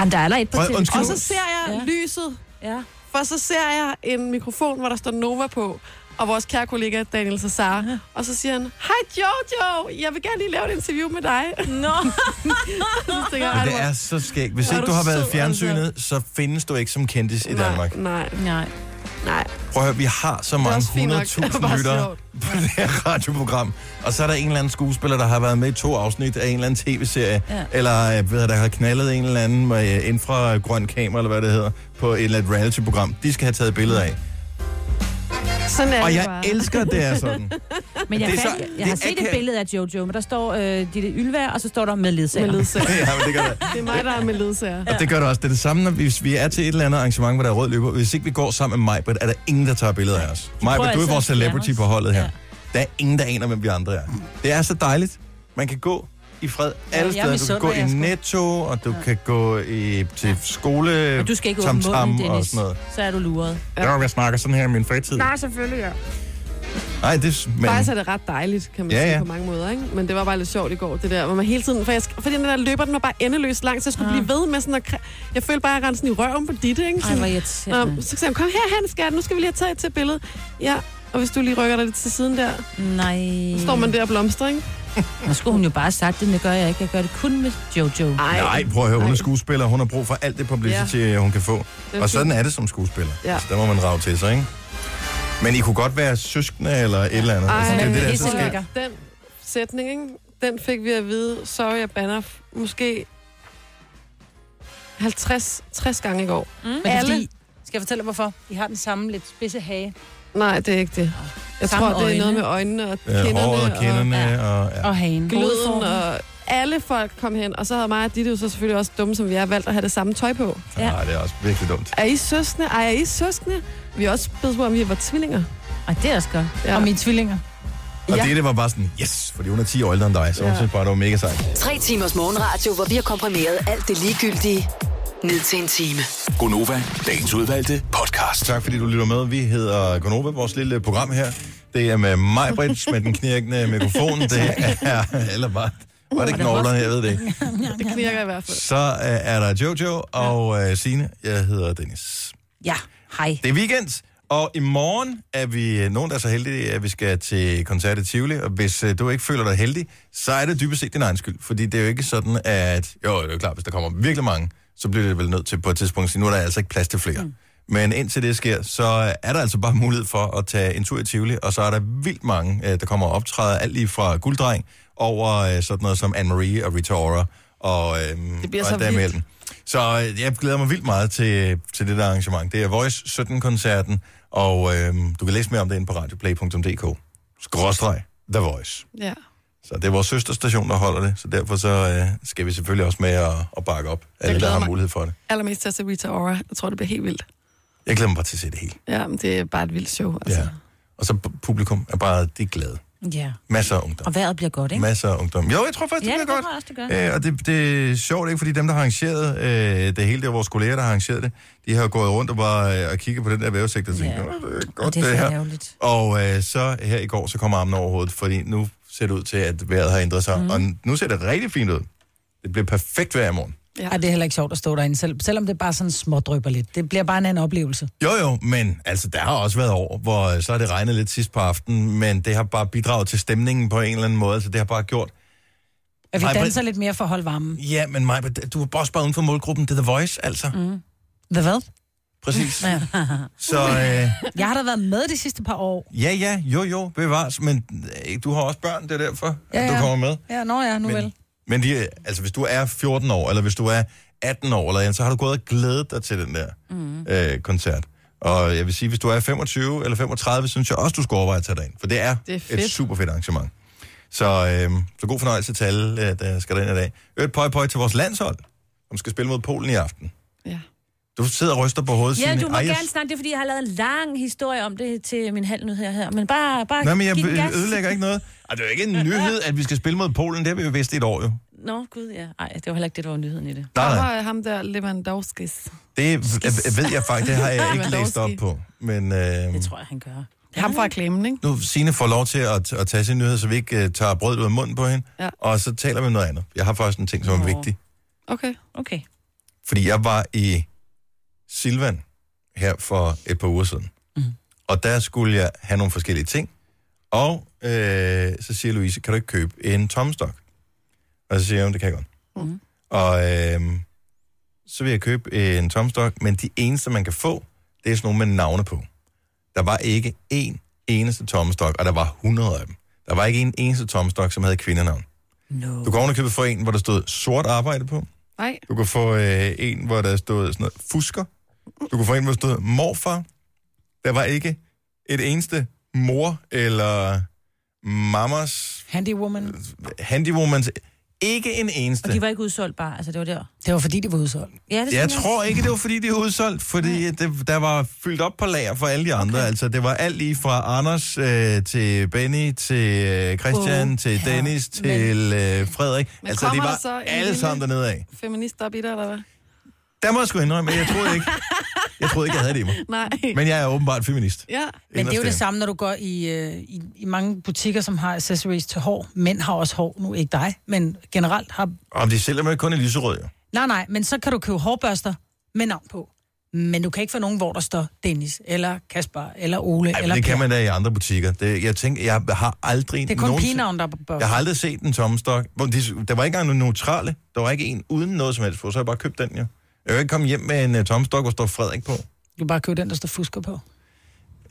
[SPEAKER 4] Jamen, der er allerede et på
[SPEAKER 1] Prøv-
[SPEAKER 4] til.
[SPEAKER 1] undskyld.
[SPEAKER 2] Og så ser jeg
[SPEAKER 4] Ja.
[SPEAKER 2] ja. lyset
[SPEAKER 4] Ja.
[SPEAKER 2] for så ser jeg en mikrofon, hvor der står Nova på, og vores kære kollega Daniel Cesar. Og så siger han, hej Jojo, jeg vil gerne lige lave et interview med dig. Nå. så tænker jeg,
[SPEAKER 1] Men
[SPEAKER 2] "Ej,
[SPEAKER 1] det
[SPEAKER 2] hvor-
[SPEAKER 1] er så skægt. Hvis
[SPEAKER 2] Hvor er
[SPEAKER 1] ikke du
[SPEAKER 2] du
[SPEAKER 1] har været i
[SPEAKER 2] sød,
[SPEAKER 1] fjernsynet, så findes du ikke som kendis i Danmark.
[SPEAKER 2] Nej, nej,
[SPEAKER 4] Nej.
[SPEAKER 2] nej.
[SPEAKER 1] Prøv at høre, vi har så
[SPEAKER 2] Det er
[SPEAKER 1] mange
[SPEAKER 2] også fint nok. Det er
[SPEAKER 1] 100.000
[SPEAKER 2] bare
[SPEAKER 1] lyttere
[SPEAKER 2] sjovt.
[SPEAKER 1] på det her radioprogram. Og så er der en eller anden skuespiller, der har været med i to afsnit af en eller anden tv-serie. Ja.
[SPEAKER 4] Ja.
[SPEAKER 1] Eller øh, ved jeg, der har knaldet en eller anden med øh, ind fra øh, grøn kamera, eller hvad det hedder, på et eller andet reality-program. De skal have taget billeder af.
[SPEAKER 2] Sådan er
[SPEAKER 1] Og
[SPEAKER 2] det
[SPEAKER 1] jeg
[SPEAKER 2] bare.
[SPEAKER 1] elsker, at det er sådan.
[SPEAKER 4] Men jeg,
[SPEAKER 1] Det er så-
[SPEAKER 4] fandt, jeg,
[SPEAKER 1] det
[SPEAKER 4] jeg har
[SPEAKER 1] er
[SPEAKER 4] set et
[SPEAKER 1] akavet.
[SPEAKER 4] billede af Jojo, men der står øh, Ditte Ylva, og så står der med ledsager.
[SPEAKER 2] Med ledsager.
[SPEAKER 1] ja, men det gør det.
[SPEAKER 2] Det er mig, der er med ledsager.
[SPEAKER 1] Og det gør det også. Det er det samme, når vi, hvis vi er til et eller andet arrangement, hvor der er rød løber. Hvis ikke vi går sammen med Majbert, er der ingen, der tager billeder af os. Majbert, du er
[SPEAKER 4] altid
[SPEAKER 1] vores
[SPEAKER 4] at fjerne
[SPEAKER 1] celebrity
[SPEAKER 4] os.
[SPEAKER 1] på holdet her.
[SPEAKER 4] Ja.
[SPEAKER 1] Der er ingen, der aner, hvem vi andre er. Det er så dejligt. Man kan gå i fred alle
[SPEAKER 3] jeg
[SPEAKER 1] steder. Du kan
[SPEAKER 3] misunder
[SPEAKER 1] gå
[SPEAKER 3] dig,
[SPEAKER 1] i
[SPEAKER 3] Asger.
[SPEAKER 1] Netto, og du kan gå i, til skole,
[SPEAKER 4] Men du skal ikke åbne
[SPEAKER 1] tamtam
[SPEAKER 4] munden,
[SPEAKER 1] og
[SPEAKER 4] Dennis.
[SPEAKER 1] sådan noget.
[SPEAKER 4] Så er du luret.
[SPEAKER 1] Ja. Jeg snakker sådan her i min fritid. Nej, selvfølgelig, ja. Nej, det er... Men...
[SPEAKER 2] Faktisk er det ret dejligt, kan man
[SPEAKER 1] Ja,
[SPEAKER 2] ja, sige
[SPEAKER 1] ja.
[SPEAKER 2] ja. på mange måder, ikke? Men det var bare lidt sjovt i går, det der, hvor man hele tiden... For jeg, sk- fordi den der løber, den var bare endeløst lang, så jeg skulle ja. blive ved med sådan at... kræ- Jeg følte bare, at jeg rendte sådan i røven på dit, ikke?
[SPEAKER 4] Ah. Ej,
[SPEAKER 2] Sådan,
[SPEAKER 4] hvor
[SPEAKER 2] Nå,
[SPEAKER 4] irriterende.
[SPEAKER 2] så sagde hun, kom her hen, skat, nu skal vi lige have taget et til billede. Ja, og hvis du lige rykker dig lidt til siden der,
[SPEAKER 4] Nej.
[SPEAKER 2] så står man der og blomstrer, ikke?
[SPEAKER 4] Nu skulle hun jo bare have sagt det, men det gør jeg ikke. Jeg gør det kun med Jojo.
[SPEAKER 2] Ej,
[SPEAKER 1] Nej, prøv at høre, hun er skuespiller, hun har brug for alt det publicity, ja. hun kan få.
[SPEAKER 2] er
[SPEAKER 1] Og
[SPEAKER 2] fint.
[SPEAKER 1] sådan er det som skuespiller. Ja.
[SPEAKER 2] Ja.
[SPEAKER 1] Så der må man rave til sig, ikke? Men I kunne godt være søskende eller et eller andet.
[SPEAKER 2] Ej,
[SPEAKER 1] altså, det er det, der
[SPEAKER 3] det
[SPEAKER 1] er
[SPEAKER 3] er
[SPEAKER 1] så
[SPEAKER 3] så
[SPEAKER 1] skægt.
[SPEAKER 3] lækkert.
[SPEAKER 2] Den sætning, ikke? den fik vi at vide, sorry, jeg banner, f- måske 50 60 gange i går.
[SPEAKER 3] Men det er
[SPEAKER 2] Alle?
[SPEAKER 3] fordi, skal jeg fortælle dig, hvorfor? I har den samme lidt spidse hage.
[SPEAKER 2] Nej, det er ikke det. Jeg
[SPEAKER 4] Samme
[SPEAKER 2] tror, det er
[SPEAKER 4] øjne.
[SPEAKER 2] noget med øjnene og
[SPEAKER 1] Øh,
[SPEAKER 2] kinderne
[SPEAKER 1] Håret og kinderne og... Ja.
[SPEAKER 3] Og hagen.
[SPEAKER 2] gløden og alle folk kom hen, og så havde mig og Ditte jo så selvfølgelig også dumme, som vi er, valgt at have det samme tøj på.
[SPEAKER 4] Ja.
[SPEAKER 1] Nej, det er også virkelig dumt.
[SPEAKER 2] Er I søskende? Ej, er I søskende? Vi er også bedt på, om vi var tvillinger.
[SPEAKER 4] Ej, det er også godt.
[SPEAKER 2] Ja.
[SPEAKER 3] Og mine tvillinger.
[SPEAKER 1] Og
[SPEAKER 2] Ja.
[SPEAKER 1] det, det var bare sådan, yes, fordi hun er 10 år ældre end dig, så hun
[SPEAKER 2] Ja.
[SPEAKER 1] synes bare, det var mega sejt.
[SPEAKER 5] Tre timers morgenradio, hvor vi har komprimeret alt det ligegyldige ned til en time.
[SPEAKER 6] Gonova, dagens udvalgte podcast.
[SPEAKER 1] Tak fordi du lytter med. Vi hedder Gonova, vores lille program her. Det er med mig, Britt, med den knirkende mikrofon. Det er... Eller bare... Var det knoglerne? Jeg ved det ikke.
[SPEAKER 2] det knirker i hvert fald.
[SPEAKER 1] Så øh, er der Jojo og øh, Signe. Jeg hedder Dennis.
[SPEAKER 4] Ja, hej.
[SPEAKER 1] Det er weekend, og i morgen er vi øh, nogen, der er så heldige, at vi skal til koncert i Tivoli. Og hvis øh, du ikke føler dig heldig, så er det dybest set din egen skyld. Fordi det er jo ikke sådan, at... Jo, det er jo klart, hvis der kommer virkelig mange, så bliver det vel nødt til på et tidspunkt at sige, nu er der altså ikke plads til flere. Mm. Men indtil det sker, så er der altså bare mulighed for at tage en tur i Tivoli, og så er der vildt mange, øh, der kommer og optræder, alt lige fra Gulddreng over øh, sådan noget som Anne-Marie og Rita Ora, og, øhm,
[SPEAKER 2] Det bliver
[SPEAKER 1] og
[SPEAKER 2] så
[SPEAKER 1] alt derimellem. Så øh, jeg glæder mig vildt meget til, til det der arrangement. Det er Voice 17-koncerten, og øh, du kan læse mere om det inde på radioplay.dk. Skråstreg The Voice.
[SPEAKER 2] Ja.
[SPEAKER 1] Så det er vores søsterstation, der holder det, så derfor så øh, skal vi selvfølgelig også med at, at bakke op. Alle, der
[SPEAKER 2] glæder
[SPEAKER 1] har
[SPEAKER 2] mig.
[SPEAKER 1] mulighed for det.
[SPEAKER 2] Allermest til at se Rita Ora. Jeg tror, det bliver helt vildt.
[SPEAKER 1] Jeg glæder mig bare til at se det hele.
[SPEAKER 2] Ja, men det er bare et vildt show. Altså.
[SPEAKER 1] Ja. Og så pu- publikum er bare de er glade.
[SPEAKER 4] Ja.
[SPEAKER 1] Masser af ungdom.
[SPEAKER 4] Og vejret bliver godt, ikke?
[SPEAKER 1] Masser af ungdom. Jo, jeg tror faktisk, det
[SPEAKER 4] Ja,
[SPEAKER 1] bliver
[SPEAKER 4] det tror
[SPEAKER 1] godt.
[SPEAKER 4] jeg også, det
[SPEAKER 1] Øh, og det, det er sjovt, ikke? Fordi dem, der har arrangeret øh, det hele, det var vores kolleger, der har arrangeret det, de har gået rundt og bare øh, og kigget på den der vævesigt og tænkt, ja.
[SPEAKER 4] Ja.
[SPEAKER 1] det er
[SPEAKER 4] Og
[SPEAKER 1] godt
[SPEAKER 4] det
[SPEAKER 1] det,
[SPEAKER 4] er så
[SPEAKER 1] her.
[SPEAKER 4] ærgerligt.
[SPEAKER 1] Og øh, så her i går, så kommer armen over hovedet, fordi nu ser det ud til, at vejret har ændret
[SPEAKER 4] Mhm.
[SPEAKER 1] sig. Mm. Og nu ser det rigtig fint ud. Det bliver perfekt vejr i morgen.
[SPEAKER 3] Ej, det er heller ikke sjovt at stå derinde, selv, selvom det bare sådan smådrypper lidt. Det bliver bare en anden oplevelse.
[SPEAKER 1] Jo jo, men altså, der har også været år, hvor øh, så har det regnet lidt sidst på aftenen, men det har bare bidraget til stemningen på en eller anden måde, så det har bare gjort,
[SPEAKER 3] At vi
[SPEAKER 1] Ej,
[SPEAKER 3] danser
[SPEAKER 1] men-
[SPEAKER 3] lidt mere for at holde varmen.
[SPEAKER 1] ja, men mig, du er også bare uden for målgruppen, det er The Voice, altså. Mm.
[SPEAKER 3] Hvad hvad?
[SPEAKER 1] Præcis. så øh,
[SPEAKER 3] Jeg har da været med de sidste par år.
[SPEAKER 1] ja, ja, jo jo, bevares, men øh, du har også børn, det er derfor, ja,
[SPEAKER 3] Ja,
[SPEAKER 1] at du
[SPEAKER 3] ja.
[SPEAKER 1] kommer med.
[SPEAKER 3] Ja, nå ja, nu men... vel.
[SPEAKER 1] men de, øh, altså, hvis du er 14 år, eller hvis du er 18 år, eller, andet, så har du gået og glædet dig til den der mm. øh, koncert. Og jeg vil sige, hvis du er 25 eller 35, synes jeg også, du skulle overveje at tage dig ind. For det er,
[SPEAKER 2] Det er
[SPEAKER 1] et
[SPEAKER 2] fedt.
[SPEAKER 1] super fedt arrangement. Så, øh, så god fornøjelse til alle, øh, der skal ind i dag. Øvrigt pøj pøj til vores landshold, som skal spille mod Polen i aften.
[SPEAKER 2] Ja.
[SPEAKER 1] Du sidder og ryster på hovedet.
[SPEAKER 4] Ja,
[SPEAKER 1] Signe.
[SPEAKER 4] du må
[SPEAKER 1] Ej, jeg-
[SPEAKER 4] gerne snakke det, er, fordi jeg har lavet en lang historie om det til min halvnyhed her. her. Men bare, bare
[SPEAKER 1] Nej, men jeg
[SPEAKER 4] giv den gas.
[SPEAKER 1] ødelægger ikke noget. Ej, det er jo ikke en nyhed, at vi skal spille mod Polen. Det har vi jo vidst i et år, jo.
[SPEAKER 4] Nå, gud, ja. Ej, det var heller ikke det, der var nyheden i det.
[SPEAKER 1] Nej,
[SPEAKER 2] Hvorfor
[SPEAKER 1] nej.
[SPEAKER 2] er ham der Lewandowskis?
[SPEAKER 1] Det øh, ved jeg faktisk. Det har jeg ikke læst op på. Men øh,
[SPEAKER 4] Det tror jeg, han gør.
[SPEAKER 2] Ham fra Klemmen, ikke?
[SPEAKER 1] nu Signe får lov til at, at tage sin nyhed, så vi ikke uh, tager brød ud af munden på hende.
[SPEAKER 2] Ja.
[SPEAKER 1] Og så taler vi om noget andet. Jeg har faktisk en ting, som er
[SPEAKER 4] Nå.
[SPEAKER 1] vigtig.
[SPEAKER 2] Okay.
[SPEAKER 4] Okay.
[SPEAKER 1] Fordi jeg var i Silvan her for et par uger siden. Mm. Og der skulle jeg have nogle forskellige ting. Og øh, så siger Louise, kan du ikke købe en tommestok? Og så siger jeg, "Jo, det kan jeg godt.
[SPEAKER 4] Mhm.
[SPEAKER 1] Og øh, så vil jeg købe en tommestok, men de eneste, man kan få, det er sådan nogle med navne på. Der var ikke én eneste tommestok, og der var 100 af dem. Der var ikke en eneste tommestok, som havde kvindenavn.
[SPEAKER 4] No.
[SPEAKER 1] Du kan ovenikøbet få en, hvor der stod sort arbejde på.
[SPEAKER 2] Nej.
[SPEAKER 1] Du kunne få øh, en, hvor der stod sådan noget, fusker. Du kunne få en, hvor der stod morfar. Der var ikke et eneste mor eller mamas
[SPEAKER 3] Handywoman.
[SPEAKER 1] handywomans. Ikke en
[SPEAKER 4] Og
[SPEAKER 1] eneste.
[SPEAKER 4] de var ikke udsolgt bare, altså det var der.
[SPEAKER 3] Det var fordi, det var udsolgt.
[SPEAKER 4] Ja, det
[SPEAKER 1] Jeg
[SPEAKER 4] synes
[SPEAKER 1] tror ikke, det var fordi, de er udsolgt, fordi at det, der var fyldt op på lager for alle de andre. Okay. Altså, det var alt lige fra Anders øh, til Benny, til øh, Christian,
[SPEAKER 4] Wow.
[SPEAKER 1] til
[SPEAKER 4] Ja,
[SPEAKER 1] Dennis, til øh, Frederik.
[SPEAKER 2] Men
[SPEAKER 1] Altså, det
[SPEAKER 2] kommer der
[SPEAKER 1] var
[SPEAKER 2] så en
[SPEAKER 1] alle
[SPEAKER 2] lille-
[SPEAKER 1] sammen dernede af.
[SPEAKER 2] Feminist op i dig, eller hvad?
[SPEAKER 1] Der må jeg sgu indrømme, at jeg troede ikke, jeg troede ikke, jeg havde det i mig.
[SPEAKER 2] Nej.
[SPEAKER 1] Men jeg er åbenbart feminist.
[SPEAKER 2] Ja.
[SPEAKER 3] Men det er jo det
[SPEAKER 1] Inderst
[SPEAKER 3] samme, når du går i, øh, i, i mange butikker, som har accessories til hår. Mænd har også hår, nu ikke dig, men generelt har...
[SPEAKER 1] inde. Om de sælger mig kun i lyserød, jo.
[SPEAKER 3] Nej, nej, men så kan du købe hårbørster med navn på. Men du kan ikke få nogen, hvor der står Dennis, eller Kasper, eller Ole,
[SPEAKER 1] Ej, men
[SPEAKER 3] eller
[SPEAKER 1] det kan
[SPEAKER 3] Per.
[SPEAKER 1] man da i andre butikker. Det, jeg tænker, jeg har aldrig
[SPEAKER 3] Det er kun
[SPEAKER 1] nogensinde-
[SPEAKER 3] pigenavn, der er på børster.
[SPEAKER 1] Jeg har aldrig set en tommestok. Hvor de, der var ikke engang nogen neutrale. Der var ikke en uden noget som helst på, så har jeg bare købt den, jo. Jeg vil ikke komme hjem med en uh, tommestok, hvor står Frederik på.
[SPEAKER 3] Du kan bare købe den, der står fusker på.
[SPEAKER 1] Øh,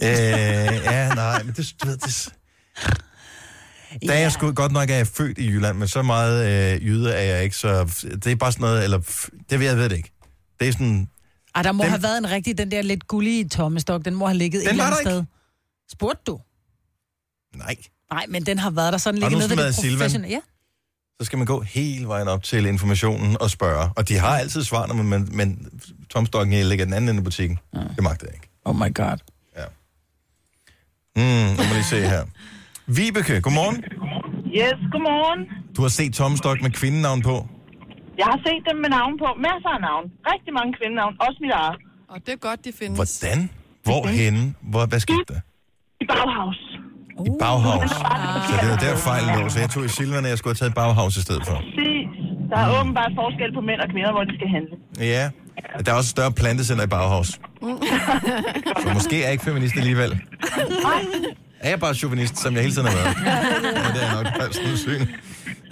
[SPEAKER 1] ja, nej, men det, du ved, det, der er jeg sgu godt nok, at jeg er født i Jylland, men så meget øh, jyde er jeg ikke, så det er bare sådan noget, eller f- det ved jeg ved det ikke. Det er sådan,
[SPEAKER 3] Ej, der må
[SPEAKER 1] Den-
[SPEAKER 3] den... have været en rigtig, den der lidt gullige tommestok, den må have ligget et
[SPEAKER 1] var
[SPEAKER 3] eller andet
[SPEAKER 1] der
[SPEAKER 3] sted. Spurgte du?
[SPEAKER 1] nej.
[SPEAKER 3] Nej, men den har været der sådan
[SPEAKER 1] Har du
[SPEAKER 3] ligget nede ved
[SPEAKER 1] smadret
[SPEAKER 3] det
[SPEAKER 1] Silvan?
[SPEAKER 3] professionelle. Ja.
[SPEAKER 1] så skal man gå hele vejen op til informationen og spørge. Og de har altid svar, når man, men, men tomstokken ligger den anden ende af butikken. Ja. Det magter jeg ikke.
[SPEAKER 3] Oh my god.
[SPEAKER 1] Mm, lad mig lige se her. Vibeke, godmorgen.
[SPEAKER 7] Yes, godmorgen.
[SPEAKER 1] Du har set tomstok med kvindenavn på.
[SPEAKER 7] Jeg har set dem med navn på. Masser af navn. Rigtig mange kvindenavn. Også mit eget.
[SPEAKER 2] Og det er godt, de findes.
[SPEAKER 1] Hvordan? Hvorhenne? Hvor, hvad skete der?
[SPEAKER 7] I Bauhaus.
[SPEAKER 1] I Bauhaus.
[SPEAKER 3] Oh.
[SPEAKER 1] Så det var der fejlen lå, så jeg tog i Silvan, at jeg skulle have taget Bauhaus i stedet for.
[SPEAKER 7] Præcis. Der er åbenbart forskel på mænd og kvinder, hvor de skal handle.
[SPEAKER 1] Ja, der er også et større plantecenter i Bauhaus. Så måske er jeg ikke feminist alligevel. Er jeg bare chauvinist, som jeg hele tiden har været? Ja, det er nok bare sådan et syn.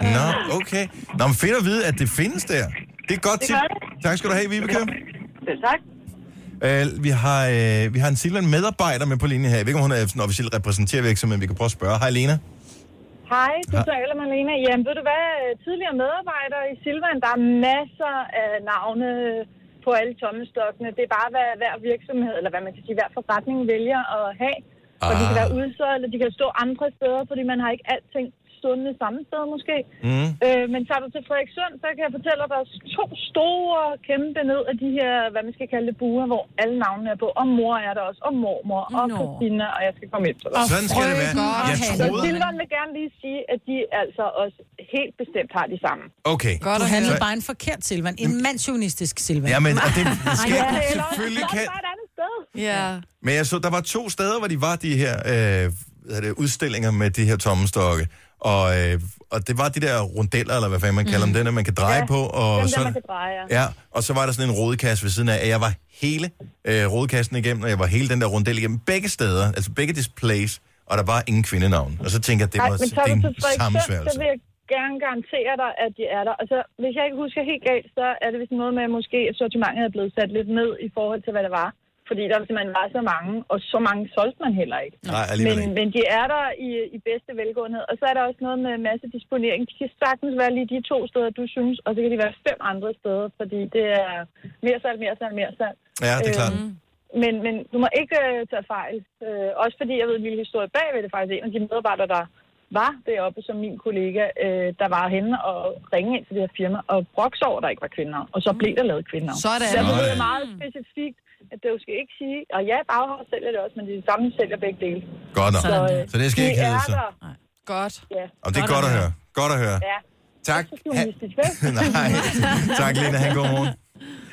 [SPEAKER 1] Nå, okay. Nå, men fedt at vide, at det findes der. Det er et godt tip.
[SPEAKER 7] gør
[SPEAKER 1] Tak skal du have, Vibeke.
[SPEAKER 7] Selv tak.
[SPEAKER 1] Øh, vi, har, øh, vi har en Silvan medarbejder med på linje her. Jeg ved ikke, om hun er sådan officielt repræsenterer virksomheden. Vi kan prøve at spørge. Hej, Lena.
[SPEAKER 8] Hej, du taler Malena. Jamen, ved du hvad? Tidligere medarbejdere i Silvan, der er masser af navne på alle tommestokkene. Det er bare, hvad hver virksomhed, eller hvad man kan sige, hver forretning vælger at have. Og de kan
[SPEAKER 1] Ah.
[SPEAKER 8] være udsolgt, eller de kan stå andre steder, fordi man har ikke alting stående samme sted måske.
[SPEAKER 1] Mm.
[SPEAKER 8] Øh, men tager du til Frederikssund, så kan jeg fortælle dig, at der er to store kæmpe ned af de her, hvad man skal kalde det, buer, hvor alle navnene er på. Og mor er der også, og mormor, og
[SPEAKER 4] Nå.
[SPEAKER 8] Christina, og jeg skal komme efter dig.
[SPEAKER 1] Sådan skal det være. Jeg
[SPEAKER 8] Så
[SPEAKER 1] troede...
[SPEAKER 8] Silvan vil gerne lige sige, at de altså også helt bestemt har de samme.
[SPEAKER 1] Okay.
[SPEAKER 2] Godt
[SPEAKER 3] Du
[SPEAKER 2] at høre.
[SPEAKER 3] handlede bare en forkert Silvan. En mandsjunistisk Silvan.
[SPEAKER 1] Ja, men og det skal
[SPEAKER 8] Ja,
[SPEAKER 1] jeg
[SPEAKER 8] eller
[SPEAKER 1] selvfølgelig
[SPEAKER 8] så er
[SPEAKER 1] kan.
[SPEAKER 8] det bare et andet sted.
[SPEAKER 2] Ja.
[SPEAKER 1] Men jeg så, der var to steder, hvor de var, de her øh, hvad hedder det, udstillinger med de her tommestokke. Og, øh, og det var de der rondeller, eller hvad fanden man kalder mm. dem, den, der man kan dreje ja, på. Og
[SPEAKER 8] Dem, der
[SPEAKER 1] sådan,
[SPEAKER 8] man kan dreje, ja.
[SPEAKER 1] Ja, og så var der sådan en rodekasse ved siden af, at jeg var hele øh, rodekassen igennem, og jeg var hele den der rondel igennem begge steder, altså begge displays, og der var ingen kvindenavn. Og så tænker jeg, det
[SPEAKER 8] Nej,
[SPEAKER 1] var
[SPEAKER 8] men
[SPEAKER 1] det
[SPEAKER 8] tager
[SPEAKER 1] er
[SPEAKER 8] du
[SPEAKER 1] en
[SPEAKER 8] til Frederikssund, så
[SPEAKER 1] sammensværgelse.
[SPEAKER 8] vil jeg gerne garantere dig, at de er der. Og så, hvis jeg ikke husker helt galt, så er det vist noget med, at måske at sortimentet er blevet sat lidt ned i forhold til, hvad det var. Fordi der simpelthen var så mange, og så mange solgte man heller ikke.
[SPEAKER 1] Nej, alligevel
[SPEAKER 8] Men,
[SPEAKER 1] ikke.
[SPEAKER 8] men de er der i, i bedste velgåenhed. Og så er der også noget med masse disponering. De kan sagtens være lige de to steder, du synes, og så kan de være fem andre steder, fordi det er mere salg, mere salg, mere salg.
[SPEAKER 1] Ja, det er klart.
[SPEAKER 8] Øhm, Men, men du må ikke øh, tage fejl. Øh, også fordi jeg ved en lille historie bagved. Det er faktisk en af de medarbejdere, der var deroppe som min kollega, øh, der var henne og ringe ind til det her firma og brokse over, at der ikke var kvinder. Og så blev der lavet kvinder.
[SPEAKER 2] Sådan.
[SPEAKER 8] Så det
[SPEAKER 1] Nej.
[SPEAKER 8] er meget specifikt, at det jo skal ikke sige, og ja, Bauhaus sælger det også, men de er samme sælger begge dele.
[SPEAKER 1] Godt nok.
[SPEAKER 8] Så,
[SPEAKER 1] Så,
[SPEAKER 8] øh,
[SPEAKER 1] det skal
[SPEAKER 8] de
[SPEAKER 1] ikke hedde
[SPEAKER 8] er
[SPEAKER 1] sig.
[SPEAKER 8] der.
[SPEAKER 2] Godt.
[SPEAKER 8] Ja,
[SPEAKER 1] Og det er godt at høre. Godt at høre.
[SPEAKER 8] ja.
[SPEAKER 1] Tak.
[SPEAKER 8] Så feministisk, vel?
[SPEAKER 1] Nej. Tak, Lena. Han god morgen.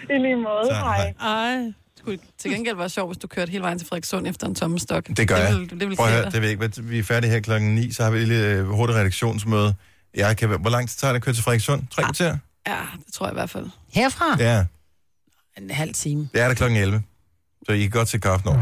[SPEAKER 8] I lige måde.
[SPEAKER 1] Tak,
[SPEAKER 8] Hej.
[SPEAKER 1] hej.
[SPEAKER 3] Ej.
[SPEAKER 2] Skulle til gengæld være sjovt, hvis du kørte hele vejen til Frederikssund efter en tommestok.
[SPEAKER 1] Det gør jeg.
[SPEAKER 2] Det vil, det vil
[SPEAKER 1] Prøv at høre,
[SPEAKER 2] det.
[SPEAKER 1] det ved jeg ikke. hvad- Vi er færdige her klokken 9, så har vi et lille øh, hurtigt redaktionsmøde. Jeg kan, være- hvor lang tid tager det at køre til Frederikssund? Tre kvarter?
[SPEAKER 2] Ja, det tror jeg i hvert fald.
[SPEAKER 3] Herfra?
[SPEAKER 1] Ja,
[SPEAKER 3] En halv time.
[SPEAKER 1] det er der klokken 11. Så I kan godt se kaffen over.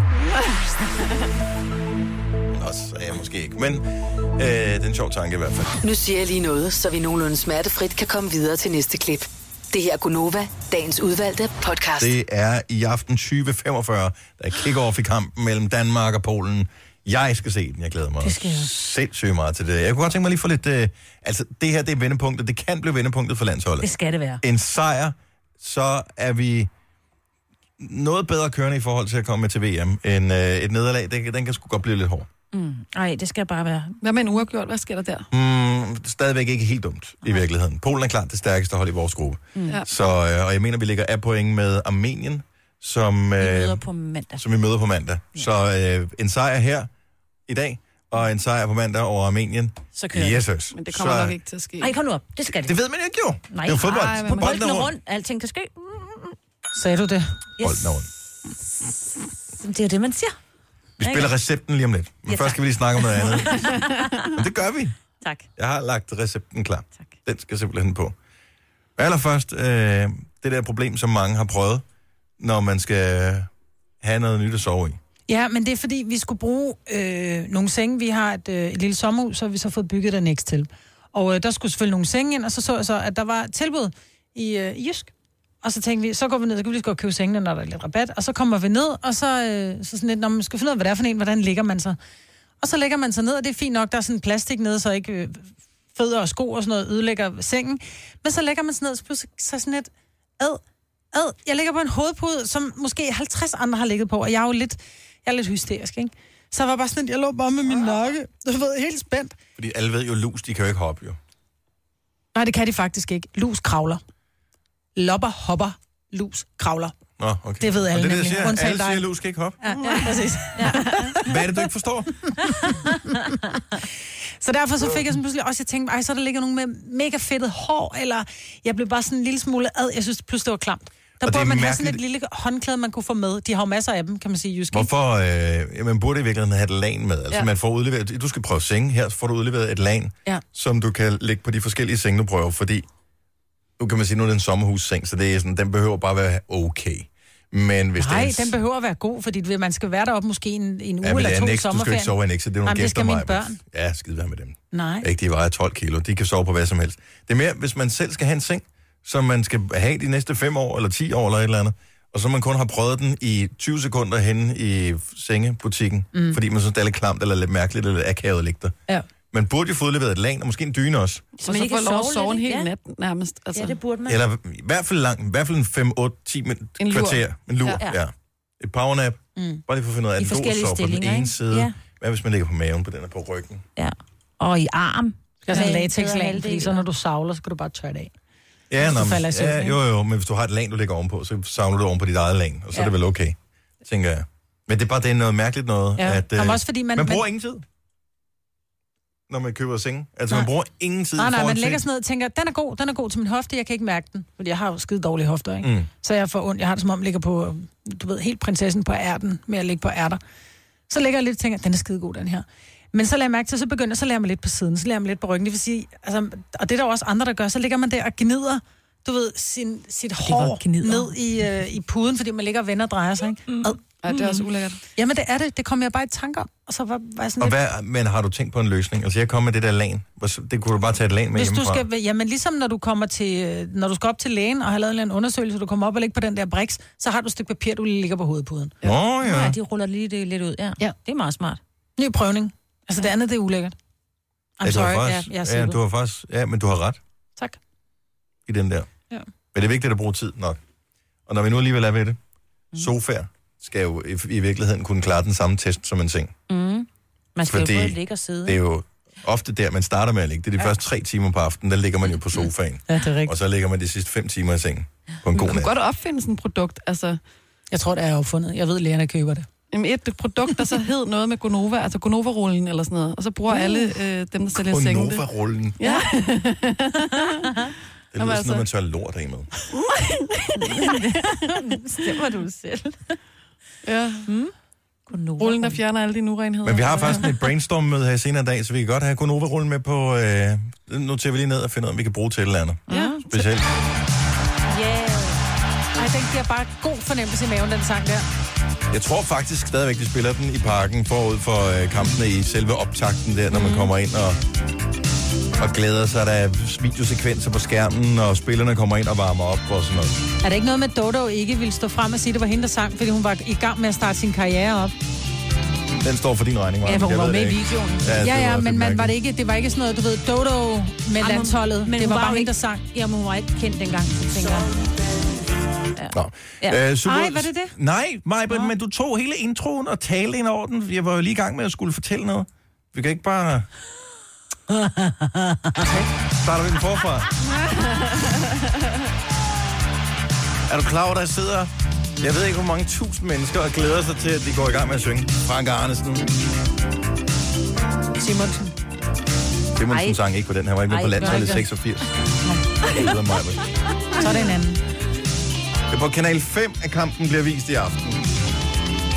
[SPEAKER 1] Nå, så er jeg måske ikke, men øh, det er en sjov tanke i hvert fald.
[SPEAKER 5] Nu siger jeg lige noget, så vi nogenlunde smertefrit kan komme videre til næste klip. Det her er Gunova, dagens udvalgte podcast.
[SPEAKER 1] Det er i aften 20.45, der er kick-off i kampen mellem Danmark og Polen. Jeg skal se den, jeg glæder mig det skal sindssygt meget til det. Jeg kunne godt tænke mig lige for lidt... Øh, altså, det her, det er vendepunktet. Det kan blive vendepunktet for landsholdet.
[SPEAKER 4] Det skal det være.
[SPEAKER 1] en sejr, så er vi noget bedre kørende i forhold til at komme med til VM, end øh, et nederlag. Den, den kan sgu godt blive lidt hård.
[SPEAKER 4] Nej, det skal bare være.
[SPEAKER 2] Hvad med en uafgjort? Hvad sker der der?
[SPEAKER 1] Mm, stadigvæk ikke helt dumt i virkeligheden. Polen er klart det stærkeste hold i vores gruppe. Mm.
[SPEAKER 2] Ja.
[SPEAKER 1] Så, øh, og jeg mener, vi ligger af point med Armenien, som,
[SPEAKER 4] Vi
[SPEAKER 1] øh,
[SPEAKER 4] møder på mandag.
[SPEAKER 1] som vi møder på mandag. Så øh, en sejr her i dag, og en sejr på mandag over Armenien.
[SPEAKER 4] Så kører det.
[SPEAKER 1] Yes, yes.
[SPEAKER 2] Men det kommer
[SPEAKER 1] så,
[SPEAKER 2] nok ikke til at ske.
[SPEAKER 4] Ej, kom nu op. Det skal det.
[SPEAKER 1] Det ved man jo ikke jo.
[SPEAKER 4] Nej,
[SPEAKER 1] det er jo fodbold.
[SPEAKER 2] nej, men
[SPEAKER 4] På
[SPEAKER 1] Bolden er
[SPEAKER 4] bolden er rundt. Alting kan ske. Mm,
[SPEAKER 3] Sagde du det?
[SPEAKER 4] Yes.
[SPEAKER 1] Bolden er rundt.
[SPEAKER 4] Det er jo det, man siger.
[SPEAKER 1] Vi spiller recepten lige om lidt. Men
[SPEAKER 4] Ja,
[SPEAKER 1] ja, først
[SPEAKER 4] tak.
[SPEAKER 1] skal vi lige snakke om noget andet. Men det gør vi.
[SPEAKER 4] Tak.
[SPEAKER 1] Jeg har lagt recepten klar.
[SPEAKER 4] Tak.
[SPEAKER 1] Den skal simpelthen på. Allerførst, øh, det der problem, som mange har prøvet, når man skal have noget nyt at sove i.
[SPEAKER 3] Ja, men det er fordi, vi skulle bruge øh, nogle senge. Vi har et, øh, et lille sommerhus, så har vi så fået bygget der næst til. Og øh, der skulle selvfølgelig nogle senge ind, og så så jeg så, at der var et tilbud i øh, i Jysk. Og så tænkte vi, så går vi ned, så kan vi lige så godt købe sengene, når der er lidt rabat. Og så kommer vi ned, og så, øh, så sådan lidt, når man skal finde ud af, hvad det er for en, hvordan ligger man sig. Og så lægger man sig ned, og det er fint nok, der er sådan plastik nede, så ikke øh, fødder og sko og sådan noget ødelægger sengen. Men så lægger man sig ned, og så pludselig så sådan lidt, ad, ad, jeg ligger på en hovedpude, som måske 50 andre har ligget på, og jeg er jo lidt, jeg er lidt hysterisk, ikke? Så jeg var bare sådan, lidt, jeg lå bare med min nakke, du ved, helt spændt.
[SPEAKER 1] Fordi alle ved jo, lus, de kan jo ikke hoppe jo.
[SPEAKER 3] Nej, det kan de faktisk ikke. Lus kravler. Lopper hopper, lus kravler.
[SPEAKER 1] Nå, okay.
[SPEAKER 3] Det ved
[SPEAKER 1] Og
[SPEAKER 3] alle
[SPEAKER 1] det, er det, jeg
[SPEAKER 3] nemlig.
[SPEAKER 1] siger.
[SPEAKER 3] Undtagen
[SPEAKER 1] Alle siger,
[SPEAKER 3] dig.
[SPEAKER 1] lus kan ikke hoppe.
[SPEAKER 3] Ja, ja, præcis.
[SPEAKER 1] Hvad er det, du ikke forstår?
[SPEAKER 3] Så derfor så fik jeg sådan pludselig også, jeg tænkte, ej, så der ligger nogen med mega fedtet hår, eller jeg blev bare sådan en lille smule ad, jeg synes pludselig, det var klamt. Der
[SPEAKER 1] Og det er
[SPEAKER 3] burde man have sådan et
[SPEAKER 1] mærkeligt-
[SPEAKER 3] lille håndklæde, man kunne få med. De har jo masser af dem, kan man sige, Jysk. ikke?
[SPEAKER 1] Hvorfor? Øh, ja, man burde i virkeligheden have et lan med. Altså, ja.
[SPEAKER 3] Ja.
[SPEAKER 1] man får udleveret, du skal prøve senge her, så får du udleveret et lan,
[SPEAKER 3] Ja.
[SPEAKER 1] som du kan lægge på de forskellige senge, du prøver, fordi nu kan man sige, nu er det en sommerhusseng, så det er sådan, den behøver bare være okay. Men hvis det er
[SPEAKER 3] Nej,
[SPEAKER 1] en,
[SPEAKER 3] den behøver at være god, fordi man skal være deroppe måske en, en uge
[SPEAKER 1] ja, men det
[SPEAKER 3] eller
[SPEAKER 1] er
[SPEAKER 3] to
[SPEAKER 1] en
[SPEAKER 3] i
[SPEAKER 1] ex, du skal jo
[SPEAKER 3] sommerferien.
[SPEAKER 1] ikke sove i en ex, så det er
[SPEAKER 3] Nej,
[SPEAKER 1] nogle
[SPEAKER 3] men det
[SPEAKER 1] gæster
[SPEAKER 3] skal mine
[SPEAKER 1] mig.
[SPEAKER 3] børn.
[SPEAKER 1] Ja, skide være med dem.
[SPEAKER 3] Nej.
[SPEAKER 1] Ikke, de vejer 12 kilo, de kan sove på hvad som helst. Det er mere, hvis man selv skal have en seng, som man skal have de næste 5 år, eller 10 år, eller et eller andet, og så man kun har prøvet den i 20 sekunder henne i sengebutikken, mm. fordi man synes, det er lidt klamt, eller lidt mærkeligt, eller lidt akavet at ligge der.
[SPEAKER 3] Ja.
[SPEAKER 1] Man burde jo få udleveret et lag, og måske en dyne også.
[SPEAKER 2] Så man ikke
[SPEAKER 4] kan
[SPEAKER 2] får lov at
[SPEAKER 4] sove
[SPEAKER 2] sove en
[SPEAKER 4] lidt,
[SPEAKER 2] hel
[SPEAKER 4] ikke? Ja.
[SPEAKER 2] nat nærmest. Altså.
[SPEAKER 4] Ja, det burde man.
[SPEAKER 1] Eller i hvert fald langt, i hvert fald en 5, 8, 10 min,
[SPEAKER 2] En lur.
[SPEAKER 1] kvarter. En lur, ja.
[SPEAKER 4] Ja.
[SPEAKER 1] ja. Et powernap. Mm. Bare lige for at finde ud af,
[SPEAKER 4] I
[SPEAKER 1] at du
[SPEAKER 4] forskellige
[SPEAKER 1] sover på den
[SPEAKER 4] stillinger,
[SPEAKER 1] ene
[SPEAKER 4] ikke?
[SPEAKER 1] side. Ja.
[SPEAKER 4] Ja.
[SPEAKER 1] Hvad hvis man ligger på maven på den og på ryggen?
[SPEAKER 4] Ja. Og i arm.
[SPEAKER 3] Skal sådan en
[SPEAKER 4] Med en
[SPEAKER 3] latexlag,
[SPEAKER 4] bedre
[SPEAKER 3] fordi så når du savler, så kan du bare tørre det af.
[SPEAKER 1] Ja,
[SPEAKER 3] Hvis
[SPEAKER 1] nå,
[SPEAKER 3] du
[SPEAKER 1] men,
[SPEAKER 3] falder i søvn,
[SPEAKER 1] ja,
[SPEAKER 3] ikke?
[SPEAKER 1] jo, jo, men hvis du har et lag, du ligger ovenpå, så savner du oven på dit eget lag, og så ja. er det vel okay, tænker jeg. Men det er bare det er noget mærkeligt noget,
[SPEAKER 3] Ja.
[SPEAKER 1] at øh,
[SPEAKER 3] Jamen, også fordi man-
[SPEAKER 1] man
[SPEAKER 3] man-
[SPEAKER 1] bruger ingen tid, når man køber senge. Altså, nej. man
[SPEAKER 3] Nej.
[SPEAKER 1] bruger ingen tid
[SPEAKER 3] Nej, nej,
[SPEAKER 1] i
[SPEAKER 3] man
[SPEAKER 1] forhold
[SPEAKER 3] lægger
[SPEAKER 1] til...
[SPEAKER 3] sådan noget og tænker, den er god, den er god til min hofte, jeg kan ikke mærke den, fordi jeg har jo skide dårlige hofter, ikke?
[SPEAKER 1] Mm.
[SPEAKER 3] Mm. Så jeg får ondt, jeg har det som om, jeg ligger på, du ved, helt prinsessen på ærten, med at ligge på ærter. Så ligger jeg lidt og tænker, den er skide god, den her. Men så lader jeg mærke til, så begynder så lader jeg mig lidt på siden, så lader jeg mig lidt på ryggen. Det vil sige, altså, og det er der jo også andre, der gør, så ligger man der og gnider, du ved, sin, sit hår
[SPEAKER 4] gnider.
[SPEAKER 3] ned i, øh, i puden, fordi man ligger og vender og drejer sig, ikke? Mm.
[SPEAKER 2] Ja, det er også ulækkert.
[SPEAKER 3] Jamen, det er det. Det kom jeg bare i tanker om. Og så var, var jeg sådan
[SPEAKER 1] Og
[SPEAKER 3] lidt,
[SPEAKER 1] hvad, men har du tænkt på en løsning? Altså, jeg kom med det der lag. Det kunne du bare tage et lag med
[SPEAKER 3] hvis du
[SPEAKER 1] hjemmefra.
[SPEAKER 3] skal, jamen ligesom når du kommer til, øh, når du skal op til lægen og har lavet en eller anden undersøgelse, du kommer op og ligger på den der briks, så har du et stykke papir, du lige ligger på hovedpuden.
[SPEAKER 1] Nå, ja.
[SPEAKER 4] Ja, de ruller lige det lidt ud. Ja.
[SPEAKER 3] Ja.
[SPEAKER 4] Det er meget smart.
[SPEAKER 3] Ny prøvning. Altså det andet, det er ulækkert. I'm
[SPEAKER 1] ja, du
[SPEAKER 3] sorry,
[SPEAKER 1] har faktisk,
[SPEAKER 3] ja, jeg er
[SPEAKER 1] ja,
[SPEAKER 3] sikker.
[SPEAKER 1] du har faktisk, ja, men du har ret
[SPEAKER 3] Tak.
[SPEAKER 1] i den der.
[SPEAKER 3] Ja.
[SPEAKER 1] Men det er vigtigt at bruge tid nok. Og når vi nu alligevel er ved det, sofaer skal jo i, i virkeligheden kunne klare den samme test som en seng.
[SPEAKER 4] Man skal
[SPEAKER 1] Fordi
[SPEAKER 4] jo både ligge og sidde.
[SPEAKER 1] Det er jo ofte der, man starter med at ligge. Det er de ja. første tre timer på aftenen, der ligger man jo på sofaen.
[SPEAKER 3] Ja, det er
[SPEAKER 1] Og
[SPEAKER 3] rigtigt.
[SPEAKER 1] så ligger man de sidste fem timer i sengen på en god
[SPEAKER 9] kunne
[SPEAKER 1] nat.
[SPEAKER 9] godt opfinde sådan et produkt. Altså,
[SPEAKER 3] Jeg tror, det er opfundet. Jeg ved, lægerne køber det.
[SPEAKER 9] jamen, et produkt, der så hed noget med Gonova, altså Gonova-rullen eller sådan noget. Og så
[SPEAKER 4] Mm.
[SPEAKER 9] bruger alle øh, dem, der sælger
[SPEAKER 1] På
[SPEAKER 9] senge.
[SPEAKER 1] Nova-rullen. Det
[SPEAKER 9] Ja,
[SPEAKER 1] lyder sådan,
[SPEAKER 9] altså.
[SPEAKER 1] at man tør lort af med.
[SPEAKER 4] Stemmer du selv?
[SPEAKER 9] ja. Rullen, der fjerner alle dine urenheder.
[SPEAKER 1] Men vi har faktisk et brainstorm-møde her senere i dag, så vi kan godt have Gonova-rullen med på... Øh, nu tager vi lige ned og finder ud af, om vi kan bruge til et eller andet.
[SPEAKER 9] Ja.
[SPEAKER 1] Specielt.
[SPEAKER 3] Ej, den giver bare god fornemmelse i maven, den sang der.
[SPEAKER 1] Jeg tror faktisk stadigvæk, de spiller den i parken forud for øh, kampene i selve optakten der, når man kommer ind og, og glæder sig. Der er videosekvenser på skærmen, og spillerne kommer ind og varmer op og sådan noget.
[SPEAKER 3] Er det ikke noget med, at Dodo ikke ville stå frem og sige, at det var hende, der sang, fordi hun var i gang med at starte sin karriere op?
[SPEAKER 1] Den står for din regning, Maja.
[SPEAKER 4] Ja, for hun
[SPEAKER 1] Jeg
[SPEAKER 4] var
[SPEAKER 1] ved
[SPEAKER 4] med i
[SPEAKER 1] det ikke.
[SPEAKER 4] videoen.
[SPEAKER 1] det
[SPEAKER 3] Ja, ja,
[SPEAKER 1] også
[SPEAKER 3] men
[SPEAKER 1] lidt
[SPEAKER 3] man, var det,
[SPEAKER 1] mærkeligt.
[SPEAKER 3] ikke, det var ikke sådan noget, du ved, Dodo med
[SPEAKER 4] Ej, men-
[SPEAKER 3] landsholdet.
[SPEAKER 4] men
[SPEAKER 3] det
[SPEAKER 4] hun
[SPEAKER 3] var
[SPEAKER 4] var
[SPEAKER 3] bare
[SPEAKER 4] jo
[SPEAKER 3] hende, der
[SPEAKER 4] ikke-
[SPEAKER 3] sang.
[SPEAKER 4] Jamen, hun var ikke kendt dengang, så tænker jeg.
[SPEAKER 1] Nå.
[SPEAKER 4] Ja.
[SPEAKER 1] Øh, super...
[SPEAKER 3] Ej, var det det?
[SPEAKER 1] Nej, Maja, men du tog hele introen og talte ind over den. Jeg var jo lige i gang med at skulle fortælle noget. Vi kan ikke bare... Starter vi den forfra? er du klar over, der sidder... Jeg ved ikke, hvor mange tusind mennesker og glæder sig til, at de går i gang med at synge. Frank Arnesen.
[SPEAKER 3] Simonsen.
[SPEAKER 1] Simonsen
[SPEAKER 4] Ej.
[SPEAKER 1] sang ikke på den. Han var ikke med
[SPEAKER 4] Ej,
[SPEAKER 1] på
[SPEAKER 4] det var
[SPEAKER 1] landsholdet i
[SPEAKER 4] ikke.
[SPEAKER 1] 86. Det lyder mig, vel.
[SPEAKER 3] Så er det en anden.
[SPEAKER 1] Det er På kanal 5 at kampen bliver vist i aften.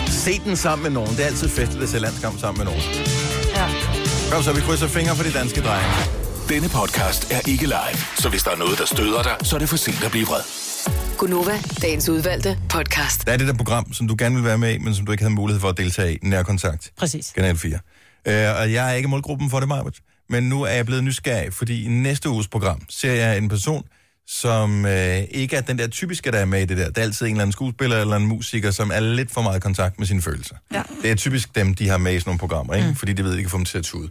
[SPEAKER 1] Se den sammen med nogen. Det er altid festligt at se landskamp sammen med nogen. Ja. Kom så, vi krydser fingre for de danske drenge.
[SPEAKER 6] Denne podcast er ikke live, så hvis der er noget, der støder dig, så er det for sent at blive vred.
[SPEAKER 5] Gunova, dagens udvalgte podcast.
[SPEAKER 1] Der er det der program, som du gerne vil være med i, men som du ikke havde mulighed for at deltage i. Nærkontakt.
[SPEAKER 3] Præcis.
[SPEAKER 1] Kanal 4. Øh, og jeg er ikke målgruppen for det, Marbet. Men nu er jeg blevet nysgerrig, fordi i næste uges program ser jeg en person, som øh, ikke er den der typiske, der er med i det der. Det er altid en eller anden skuespiller eller en musiker, som er lidt for meget i kontakt med sine følelser. Ja. Det er typisk dem, de har med i sådan nogle programmer, ikke? Mm. fordi de ved, at de kan få dem til at tude.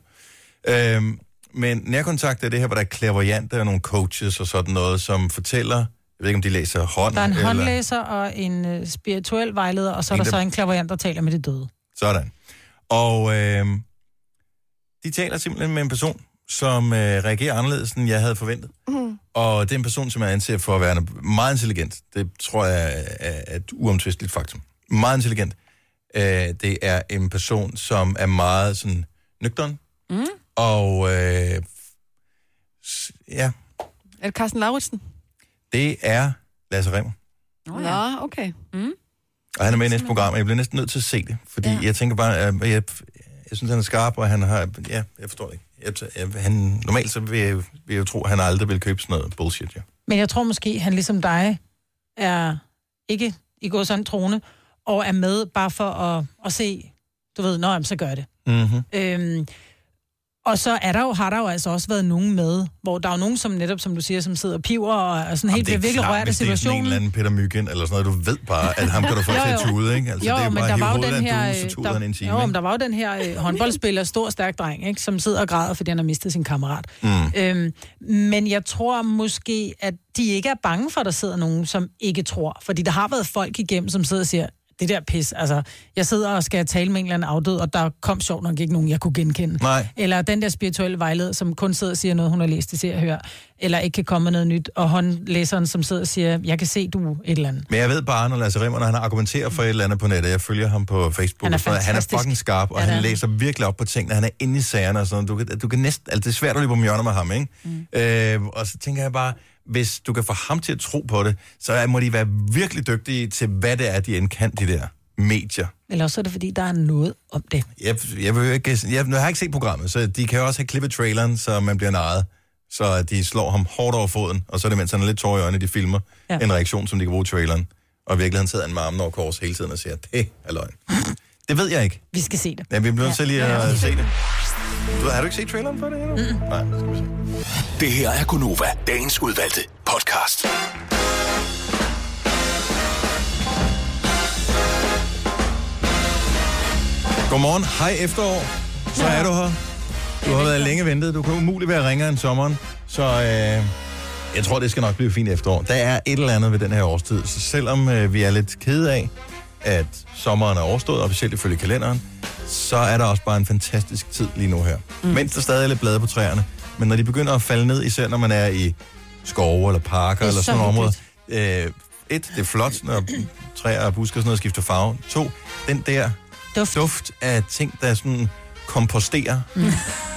[SPEAKER 1] Øhm, men nærkontakt er det her, hvor der er klærvoyante og nogle coaches og sådan noget, som fortæller, jeg ved ikke, om de læser hånd
[SPEAKER 3] Der er en
[SPEAKER 1] eller...
[SPEAKER 3] håndlæser og en øh, spirituel vejleder, og så er
[SPEAKER 1] En,
[SPEAKER 3] der
[SPEAKER 1] der-
[SPEAKER 3] så en klaverant, der taler med de døde.
[SPEAKER 1] Sådan. Og øh, de taler simpelthen med en person, som øh, reagerer anderledes, end jeg havde forventet.
[SPEAKER 9] Mhm.
[SPEAKER 1] Mm. Og det er en person, som jeg anser for at være meget intelligent. Det tror jeg er er et uomtvisteligt faktum. Meget intelligent. Øh, det er en person, som er meget sådan nøgteren. Mm.
[SPEAKER 9] Mhm.
[SPEAKER 1] Og øh, s- ja,
[SPEAKER 9] Er det Carsten Lauritsen?
[SPEAKER 1] det er Lasse Remmer.
[SPEAKER 9] Oh, ja. Nå, okay.
[SPEAKER 1] Og han er med i næste program, og jeg bliver næsten nødt til at se det. Fordi ja. jeg tænker bare, at jeg, jeg synes, han er skarp, og han har... Ja, jeg forstår det ikke. Jeg, jeg, han, normalt så vil jeg, vil jeg tro, at han aldrig vil købe sådan noget bullshit, ja.
[SPEAKER 3] Men jeg tror måske, han ligesom dig er ikke i går sådan trone, og er med bare for at, at se, du ved, nå, jamen, så gør det.
[SPEAKER 1] Mm-hmm.
[SPEAKER 3] Øhm, og så er der jo, har der jo altså også været nogen med, hvor der er jo nogen, som netop, som du siger, som sidder og piver og er sådan helt, bliver virkelig rørt af
[SPEAKER 1] hvis det er sådan en
[SPEAKER 3] situationen.
[SPEAKER 1] eller anden Peter Myggen, eller sådan noget, du ved bare, at ham kan du få til
[SPEAKER 3] Jo,
[SPEAKER 1] at
[SPEAKER 3] jo.
[SPEAKER 1] tude, ikke? Altså,
[SPEAKER 3] Jo,
[SPEAKER 1] det er jo
[SPEAKER 3] men
[SPEAKER 1] bare
[SPEAKER 3] der
[SPEAKER 1] at
[SPEAKER 3] var jo
[SPEAKER 1] hive
[SPEAKER 3] den
[SPEAKER 1] hovedet af
[SPEAKER 3] her,
[SPEAKER 1] en due, så
[SPEAKER 3] øh,
[SPEAKER 1] tuder han en
[SPEAKER 3] der,
[SPEAKER 1] time,
[SPEAKER 3] jo, men
[SPEAKER 1] ikke?
[SPEAKER 3] der var jo den her øh, håndboldspiller, stor stærk dreng, ikke, som sidder og græder, fordi han har mistet sin kammerat.
[SPEAKER 1] Mm.
[SPEAKER 3] Øhm, men jeg tror måske, at de ikke er bange for, at der sidder nogen, som ikke tror. Fordi der har været folk igennem, som sidder og siger, det der pis, altså, jeg sidder og skal tale med en eller anden afdød, og der kom sjovt nok ikke nogen, jeg kunne genkende.
[SPEAKER 1] Nej.
[SPEAKER 3] Eller den der spirituelle vejleder, som kun sidder og siger noget, hun har læst i ser og hør, eller ikke kan komme med noget nyt, og håndlæseren, som sidder og siger, jeg kan se, du er et eller andet.
[SPEAKER 1] Men jeg ved bare, når Lasse Rimmer, når han argumenterer for et eller andet på nettet, jeg følger ham på Facebook,
[SPEAKER 3] Han er
[SPEAKER 1] og sådan noget, han er
[SPEAKER 3] fantastisk.
[SPEAKER 1] fucking skarp, og
[SPEAKER 3] Ja, det
[SPEAKER 1] han
[SPEAKER 3] er han.
[SPEAKER 1] læser virkelig op på tingene, han er inde i sagerne og sådan noget. Du, kan- du kan næsten, altså det er svært at løbe om hjørner med ham, ikke? Mm. Øh, og så tænker jeg bare, hvis du kan få ham til at tro på det, så må de være virkelig dygtige til, hvad det er, de end kan, de der medier.
[SPEAKER 3] Eller også er det, fordi der er noget om det.
[SPEAKER 1] Jeg, jeg, vil jo ikke, jeg, jeg har ikke set programmet, så de kan jo også have klippet traileren, så man bliver narret. Så de slår ham hårdt over foden, og så er det, mens han er lidt tår i øjnene, de filmer ja.
[SPEAKER 3] Ja.
[SPEAKER 1] en reaktion, som de kan bruge i traileren. Og i virkeligheden sidder han med armen over kors hele tiden og siger, det er løgn. det ved jeg ikke.
[SPEAKER 3] Vi skal se det.
[SPEAKER 1] Ja, vi bliver nødt til lige at se det. Du, har du ikke set traileren for det endnu? Mm. Nej, skal vi se.
[SPEAKER 6] Det her er Gonova, dagens udvalgte podcast.
[SPEAKER 1] Godmorgen. Hej efterår. Så er du her. Du har været længe ventet. Du kan umuligt være ringere end sommeren. Så øh, jeg tror, det skal nok blive fint efterår. Der er et eller andet ved den her årstid. Så selvom øh, vi er lidt kede af, at sommeren er overstået, officielt ifølge kalenderen, så er der også bare en fantastisk tid lige nu her. Mm. Mens der stadig er lidt blade på træerne. Men når de begynder at falde ned, især når man er i skove eller parker
[SPEAKER 3] Det er
[SPEAKER 1] eller
[SPEAKER 3] så
[SPEAKER 1] sådan nogle områder. Øh, et, det er flot, når træer og buske og sådan noget skifter farve. To, den der
[SPEAKER 3] Duft.
[SPEAKER 1] duft af ting, der sådan komposterer. Mm.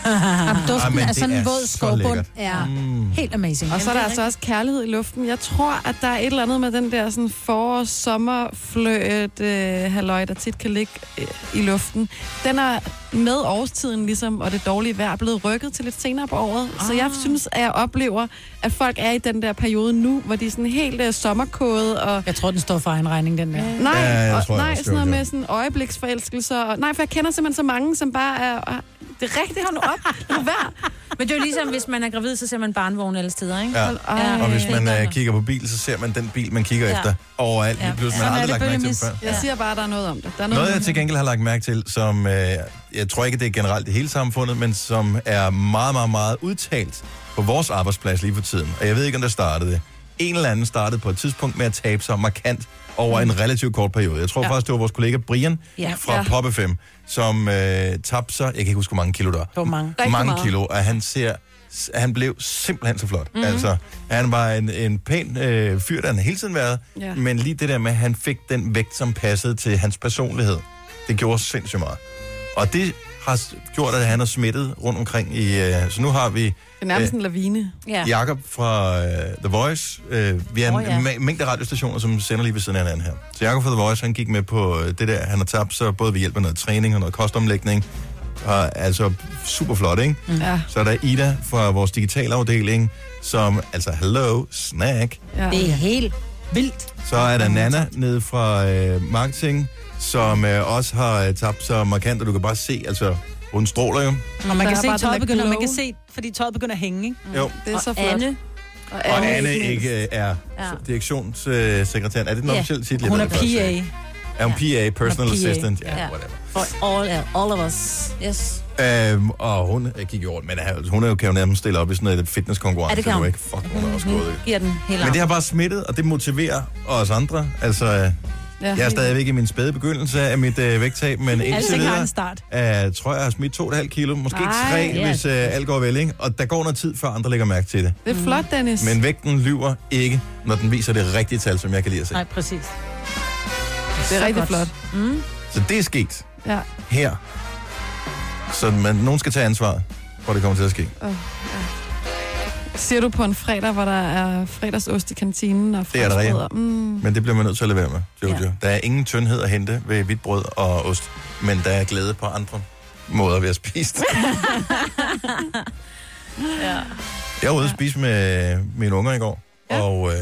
[SPEAKER 3] Jamen, duften
[SPEAKER 1] Ej, men
[SPEAKER 3] er
[SPEAKER 1] det
[SPEAKER 3] Ah, sådan en
[SPEAKER 1] er
[SPEAKER 3] våd
[SPEAKER 1] så
[SPEAKER 3] skovbund.
[SPEAKER 1] lækkert.
[SPEAKER 3] er helt amazing.
[SPEAKER 9] Og så er der altså også kærlighed i luften. Jeg tror, at der er et eller andet med den der sådan forår sommer fløjt øh, halløj, der tit kan ligge øh, i luften. Den er med årstiden ligesom, og det dårlige vejr er blevet rykket til lidt senere på året. Ah. Så jeg synes, at jeg oplever, at folk er i den der periode nu, hvor de er sådan helt øh, sommerkåde og
[SPEAKER 3] Jeg tror, den står for egen regning, den der.
[SPEAKER 9] Nej,
[SPEAKER 1] Ja, jeg
[SPEAKER 9] og,
[SPEAKER 1] tror, jeg
[SPEAKER 9] nej
[SPEAKER 1] også,
[SPEAKER 9] sådan noget
[SPEAKER 1] det var
[SPEAKER 9] med sådan øjebliksforelskelser. Og, nej, for jeg kender simpelthen så mange, som bare er... er det er rigtigt, hold nu op. Lad være.
[SPEAKER 4] Men det er jo ligesom, hvis man er gravid, så ser man barnvogn alle steder, ikke?
[SPEAKER 1] Ja.
[SPEAKER 9] Ej.
[SPEAKER 1] Og hvis man øh, kigger på bil, så ser man den bil, man kigger
[SPEAKER 4] Ja.
[SPEAKER 1] efter overalt. Ja.
[SPEAKER 4] Ja.
[SPEAKER 1] Pludselig, man
[SPEAKER 9] Sådan
[SPEAKER 1] har
[SPEAKER 9] er
[SPEAKER 1] aldrig
[SPEAKER 9] det,
[SPEAKER 1] lagt mærke til den
[SPEAKER 9] Bøllemis.
[SPEAKER 1] før.
[SPEAKER 9] Jeg siger bare, at der er noget om det. Der er noget,
[SPEAKER 1] Noget,
[SPEAKER 9] om
[SPEAKER 1] jeg til
[SPEAKER 9] det.
[SPEAKER 1] gengæld har lagt mærke til, som øh, jeg tror ikke, det er generelt i hele samfundet, men som er meget, meget, meget udtalt på vores arbejdsplads lige for tiden. Og jeg ved ikke, om der startede det. En eller anden startede på et tidspunkt med at tabe sig markant over en relativt kort periode. Jeg tror ja. faktisk, det var vores kollega Brian ja.
[SPEAKER 4] Ja.
[SPEAKER 1] fra ja.
[SPEAKER 9] Ja.
[SPEAKER 1] Pop FM, som øh, tabte sig, jeg kan ikke huske, hvor mange kilo der
[SPEAKER 3] Hvor mange.
[SPEAKER 9] Rigtig
[SPEAKER 1] mange
[SPEAKER 9] meget. Mhm.
[SPEAKER 1] kilo, og han ser han blev simpelthen så flot. Mm-hmm. Altså, han var en, en pæn øh, fyr, der han hele tiden været, ja.
[SPEAKER 9] Ja.
[SPEAKER 1] men lige det der med, at han fik den vægt, som passede til hans personlighed, det gjorde sindssygt meget. Og det har s- gjort, at han er smittet rundt omkring i... Øh, så nu har vi
[SPEAKER 9] Det er nærmest en lavine.
[SPEAKER 4] Ja.
[SPEAKER 1] Jakob fra øh, The Voice. Øh, vi har en oh,
[SPEAKER 4] Åh,
[SPEAKER 1] ja.
[SPEAKER 4] ja.
[SPEAKER 1] ma- mængde radiostationer, som sender lige ved siden af hinanden her. Så Jakob fra The Voice, han gik med på øh, det der, han har tabt sig, både ved hjælp af noget træning og noget kostomlægning. Og, altså, super flot, ikke? Mm.
[SPEAKER 9] Ja.
[SPEAKER 1] Så er der Ida fra vores digitale afdeling, som, altså, hello, snack.
[SPEAKER 9] Ja.
[SPEAKER 3] Det er helt vildt.
[SPEAKER 1] Så er der Nana nede fra øh, marketing, som øh, også har øh, tabt sig markant, og du kan bare se, altså, hun stråler jo.
[SPEAKER 3] Og man
[SPEAKER 9] Der
[SPEAKER 3] kan
[SPEAKER 9] er
[SPEAKER 3] se,
[SPEAKER 9] bare den
[SPEAKER 3] tøjet
[SPEAKER 9] der
[SPEAKER 3] begynder, man
[SPEAKER 9] glow.
[SPEAKER 3] kan se, fordi tøjet begynder at hænge, ikke?
[SPEAKER 1] Jo.
[SPEAKER 9] Det er så flot.
[SPEAKER 4] Anne.
[SPEAKER 1] Og
[SPEAKER 9] Anne
[SPEAKER 1] Anne
[SPEAKER 9] ikke mindst.
[SPEAKER 1] ikke øh, er
[SPEAKER 4] Ja.
[SPEAKER 1] direktionssekretæren. Er det den
[SPEAKER 4] Ja.
[SPEAKER 1] officielle titel? Jeg
[SPEAKER 3] Hun
[SPEAKER 1] ved
[SPEAKER 3] er
[SPEAKER 1] det faktisk
[SPEAKER 3] PA.
[SPEAKER 1] ikke. Er hun PA, personal
[SPEAKER 3] Hun er PA.
[SPEAKER 1] assistant? Ja,
[SPEAKER 4] Ja.
[SPEAKER 1] whatever.
[SPEAKER 4] For all, all of us. Yes.
[SPEAKER 1] Øhm, og hun øh, gik i orden, men øh, hun er jo, kan jo nærmest stille op i sådan noget fitnesskonkurrence.
[SPEAKER 4] Ja, det
[SPEAKER 1] du
[SPEAKER 4] kan hun. Mm-hmm.
[SPEAKER 1] ikke. Fuck, hun er også gået. ikke?
[SPEAKER 4] Giver den helt
[SPEAKER 1] Men det har
[SPEAKER 4] har...
[SPEAKER 1] bare smittet, og det motiverer os andre. Altså, øh, jeg er stadigvæk i min spæde begyndelse af mit øh, vægttab, men indtil
[SPEAKER 3] Alting har
[SPEAKER 1] videre
[SPEAKER 3] en start.
[SPEAKER 1] øh, tror jeg, jeg har smidt 2,5 kilo, måske
[SPEAKER 9] Ej,
[SPEAKER 1] 3,
[SPEAKER 4] ja.
[SPEAKER 1] hvis øh, alt går vel, ikke? Og der går noget tid, før andre lægger mærke til det.
[SPEAKER 9] Det er flot, Dennis.
[SPEAKER 1] Men vægten lyver ikke, når den viser det rigtige tal, som jeg kan lide at se.
[SPEAKER 3] Nej, præcis.
[SPEAKER 9] det er rigtig flot.
[SPEAKER 1] Så det er sket.
[SPEAKER 9] Ja.
[SPEAKER 1] her. Så man, nogen skal tage ansvar, for det kommer til at ske.
[SPEAKER 9] Ser du på en fredag, hvor der er fredagsost i kantinen? Og
[SPEAKER 1] Det er der, ja.
[SPEAKER 9] franskbrød og- Mm,
[SPEAKER 1] Men det bliver man nødt til at lade være med, Jojo. Ja.
[SPEAKER 4] Ja.
[SPEAKER 1] Der er ingen tyndhed at hente ved hvidt brød og ost, men der er glæde på andre måder ved at spise det.
[SPEAKER 4] Ja.
[SPEAKER 1] Jeg var ude at spise med mine unger i går, ja.
[SPEAKER 9] Ja.
[SPEAKER 1] og øh,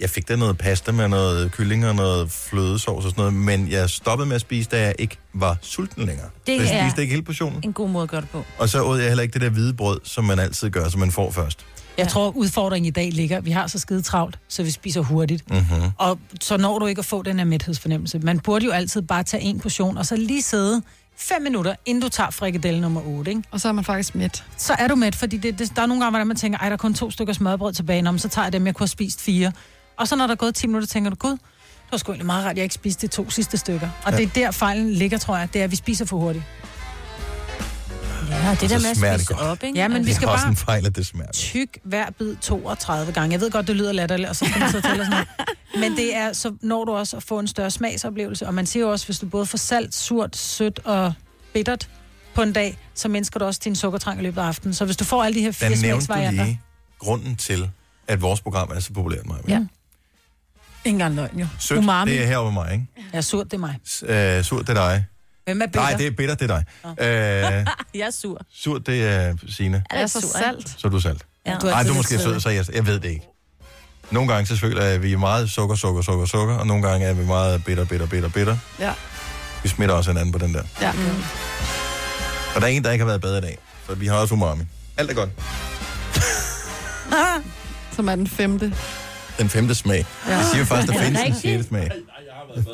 [SPEAKER 1] jeg fik der noget pasta med noget kylling og noget flødesovs og sådan noget, men jeg stoppede med at spise, da jeg ikke var sulten længere.
[SPEAKER 4] Det
[SPEAKER 1] så jeg
[SPEAKER 4] er-
[SPEAKER 1] spiste ikke hele portionen,
[SPEAKER 4] En god måde at gøre det på.
[SPEAKER 1] og så åd jeg heller ikke det der hvide brød, som man altid gør, som man får først.
[SPEAKER 3] Jeg tror, udfordringen i dag ligger, vi har så skide travlt, så vi spiser hurtigt.
[SPEAKER 1] Mm-hmm.
[SPEAKER 3] Og så når du ikke at få den her mæthedsfornemmelse. Man burde jo altid bare tage en portion, og så lige sidde fem minutter, inden du tager frikadelle nummer 8, ikke?
[SPEAKER 9] og så er man faktisk mæt.
[SPEAKER 3] Så er du mæt, fordi det, det, der er nogle gange, hvordan man tænker, ej, der er kun to stykker smørbrød tilbage, om så tager jeg dem, jeg kunne have spist fire. Og så når der er gået 10 minutter, tænker du, gud, det var sgu egentlig meget rart, jeg ikke spiste de to sidste stykker. Og
[SPEAKER 1] Ja.
[SPEAKER 3] ja. det er der fejlen ligger, tror jeg, det er, at vi spiser for hurtigt. Altså,
[SPEAKER 4] Ja, det
[SPEAKER 1] så
[SPEAKER 4] der med at
[SPEAKER 1] smager det
[SPEAKER 4] spise
[SPEAKER 1] godt.
[SPEAKER 4] op, ikke?
[SPEAKER 3] Ja, men
[SPEAKER 4] Altså,
[SPEAKER 3] vi
[SPEAKER 1] Det
[SPEAKER 3] skal
[SPEAKER 1] er også
[SPEAKER 3] bare-
[SPEAKER 1] en fejl, at det smager.
[SPEAKER 3] tyk hver bid 32 gange. Jeg ved godt, det lyder latterligt, og så skal man sidde og tælle og sådan noget. Men det er, så når du også at få en større smagsoplevelse, og man siger jo også, hvis du både får salt, surt, sødt og bittert på en dag, så mindsker du også din sukkertrang i løbet af aftenen. Så hvis du får alle de her fire
[SPEAKER 1] Der nævnte du
[SPEAKER 3] smagsvarianter...
[SPEAKER 1] lige grunden til, at vores program er så populært, Maja.
[SPEAKER 4] Ja.
[SPEAKER 3] Ikke engang løgn, jo.
[SPEAKER 1] Sødt,
[SPEAKER 4] Umami.
[SPEAKER 1] det er herovre med mig, ikke?
[SPEAKER 3] Ja, surt, det er mig.
[SPEAKER 1] S- øh, surt, det er dig.
[SPEAKER 3] Hvem er
[SPEAKER 1] Nej,
[SPEAKER 3] bitter?
[SPEAKER 1] det er bitter, det er dig. Øh,
[SPEAKER 4] Jeg er sur.
[SPEAKER 1] surt, det er Signe.
[SPEAKER 4] Er
[SPEAKER 9] Er
[SPEAKER 4] det
[SPEAKER 9] jeg så
[SPEAKER 4] sur, ikke?
[SPEAKER 9] salt?
[SPEAKER 1] Så er du salt.
[SPEAKER 4] Ja.
[SPEAKER 3] er
[SPEAKER 1] Nej,
[SPEAKER 3] altid
[SPEAKER 1] du er
[SPEAKER 3] lidt
[SPEAKER 1] måske sød, så er jeg, jeg ved det ikke. Nogle gange så føler jeg, at vi er meget sukker, sukker, sukker, sukker, og nogle gange er vi meget bitter, bitter, bitter, bitter.
[SPEAKER 9] Ja.
[SPEAKER 1] Vi smitter også hinanden på den der.
[SPEAKER 9] Ja. Mm.
[SPEAKER 1] Og der er en, der ikke har været bedre i dag, så vi har også umami. Alt er godt.
[SPEAKER 9] Som er den femte.
[SPEAKER 1] Den femte smag. Ja. Jeg siger jo faktisk, der findes en sjette smag.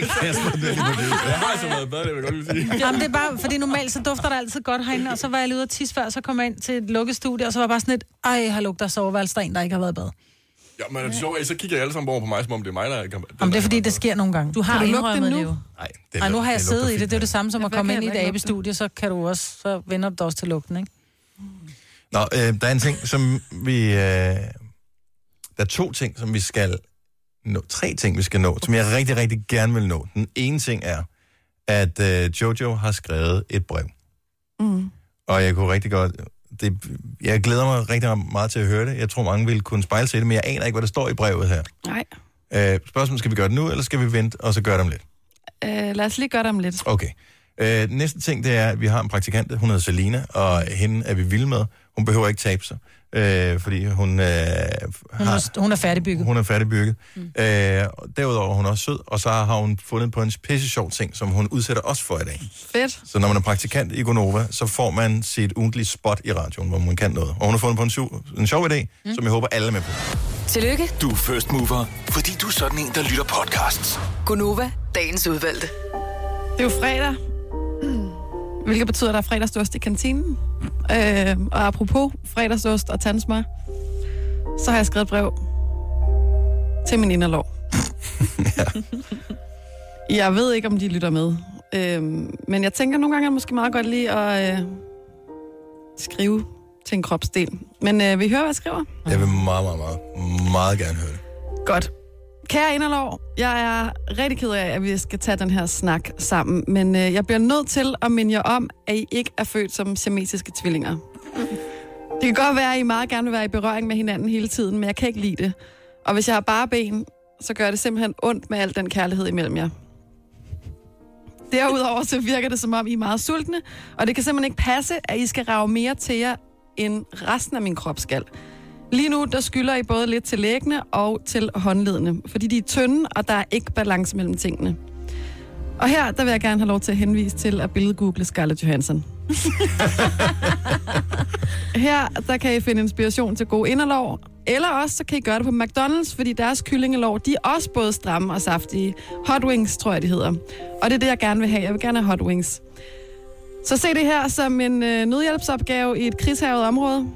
[SPEAKER 10] Jeg har altså været bedre, det vil jeg godt lige sige.
[SPEAKER 3] Jamen, det er bare, fordi normalt så dufter det altid godt herinde, og så var jeg lige ude og tisse før, og så kom jeg ind til et lukket studie, og så var jeg bare sådan et, ej, har lugter af soveværelse, der er en, der ikke har været i bad.
[SPEAKER 11] Ja, men er det sjovt, så kigger jeg alle sammen over på mig, som om det er mig, der er i kamp.
[SPEAKER 3] Om det er fordi, det sker nogle gange.
[SPEAKER 4] Du har
[SPEAKER 3] kan du lukke
[SPEAKER 4] indrømmet
[SPEAKER 3] det
[SPEAKER 4] det
[SPEAKER 3] nu?
[SPEAKER 4] jo.
[SPEAKER 1] Nej,
[SPEAKER 3] Nej, nu har jeg siddet i det. Det er jo det samme som
[SPEAKER 2] Ja,
[SPEAKER 3] at
[SPEAKER 2] hvad
[SPEAKER 3] komme
[SPEAKER 2] kan
[SPEAKER 3] ind i et
[SPEAKER 2] jeg ikke lugte?
[SPEAKER 3] abestudie, så kan du også, så vender du dig også til lugten, ikke?
[SPEAKER 1] Nå, øh, der er en ting, som vi... Øh, der er to ting, som vi skal nå. Tre ting, vi skal nå, som jeg rigtig, rigtig gerne vil nå. Den ene ting er, at øh, Jojo har skrevet et brev.
[SPEAKER 2] Mm.
[SPEAKER 1] Og jeg kunne rigtig godt... Det, jeg glæder mig rigtig meget til at høre det. Jeg tror, mange vil kunne spejle sig i det, men jeg aner ikke, hvad der står i brevet her.
[SPEAKER 2] Nej,
[SPEAKER 1] Øh, spørgsmålet, skal vi gøre det nu, eller skal vi vente, og så gøre det om lidt?
[SPEAKER 2] øh, lad os lige gøre det om lidt.
[SPEAKER 1] Okay. Øh, den næste ting, det er, at vi har en praktikant, hun hedder Selina, og hende er vi vilde med. Hun behøver ikke tabe sig, øh, fordi hun, øh,
[SPEAKER 3] Hun,
[SPEAKER 1] har,
[SPEAKER 3] er, hun er færdigbygget.
[SPEAKER 1] hun er færdigbygget. Mm. Øh, og derudover er hun også sød, og så har hun fundet på en pisse sjov ting, som hun udsætter os for i dag.
[SPEAKER 2] Fedt.
[SPEAKER 1] Så når man er praktikant i Gonova, så får man sit ugentlige spot i radioen, hvor man kan noget. Og hun har fundet på en, su- en sjov idé, mm. som jeg håber, alle er med på.
[SPEAKER 5] Tillykke,
[SPEAKER 6] Du er first mover, fordi du er sådan en, der lytter podcasts.
[SPEAKER 5] Gunova, dagens udvalgte.
[SPEAKER 2] Det er jo fredag, hvilket betyder, at der er fredagsost i kantinen. Øh, og apropos fredagsost og tandsmør, så har jeg skrevet et brev til min inderlov. Jeg ved ikke, om de lytter med. Øh, men jeg tænker, nogle gange er det måske meget godt lige at øh, skrive til en kropsdel. Men øh, vi hører, hvad jeg skriver.
[SPEAKER 1] Jeg vil meget, meget, meget, meget gerne høre det.
[SPEAKER 2] Godt. Kære Inderlov, jeg er rigtig ked af, at vi skal tage den her snak sammen, men øh, jeg bliver nødt til at minde jer om, at I ikke er født som semitiske tvillinger. Det kan godt være, at I meget gerne vil være i berøring med hinanden hele tiden, men jeg kan ikke lide det. Og hvis jeg har bare ben, så gør det simpelthen ondt med al den kærlighed imellem jer. Derudover så virker det, som om I er meget sultne, og det kan simpelthen ikke passe, at I skal rave mere til jer, end resten af min krop skal. Lige nu, der skylder I både lidt til læggene og til håndledene, fordi de er tynde, og der er ikke balance mellem tingene. Og her, der vil jeg gerne have lov til at henvise til at billedgoogle Scarlett Johansson. her, der kan I finde inspiration til gode inderlov, eller også så kan I gøre det på McDonald's, fordi deres kyllingelov, de er også både stramme og saftige. Hot wings, tror jeg, de hedder. Og det er det, jeg gerne vil have. Jeg vil gerne have hot wings. Så se det her som en øh, nødhjælpsopgave i et krigshavet område.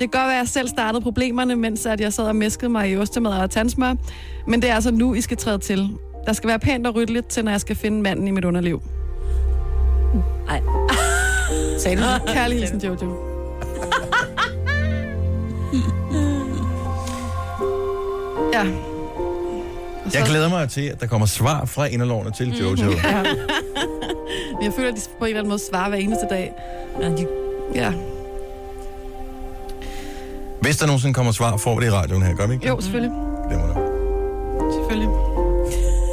[SPEAKER 2] Det kan godt være, at jeg selv startede problemerne, mens at jeg sad og mæskede mig i ostemad og tandsmør. Men det er altså nu, I skal træde til. Der skal være pænt og ryddeligt til, når jeg skal finde manden i mit underliv.
[SPEAKER 4] Ej.
[SPEAKER 3] Sagde du det?
[SPEAKER 2] Kærlig hilsen, Jojo. Ja. Og
[SPEAKER 1] Jeg
[SPEAKER 2] så-
[SPEAKER 1] glæder mig til, at der kommer svar fra inderlovene til Jojo. Mm.
[SPEAKER 2] Jeg føler, at de på en eller anden måde svarer hver eneste dag.
[SPEAKER 4] Ja, de,
[SPEAKER 2] Ja.
[SPEAKER 1] Hvis der nogensinde kommer svar, får vi det i radioen her, gør vi ikke?
[SPEAKER 2] Jo, selvfølgelig.
[SPEAKER 1] Det må der.
[SPEAKER 2] Selvfølgelig.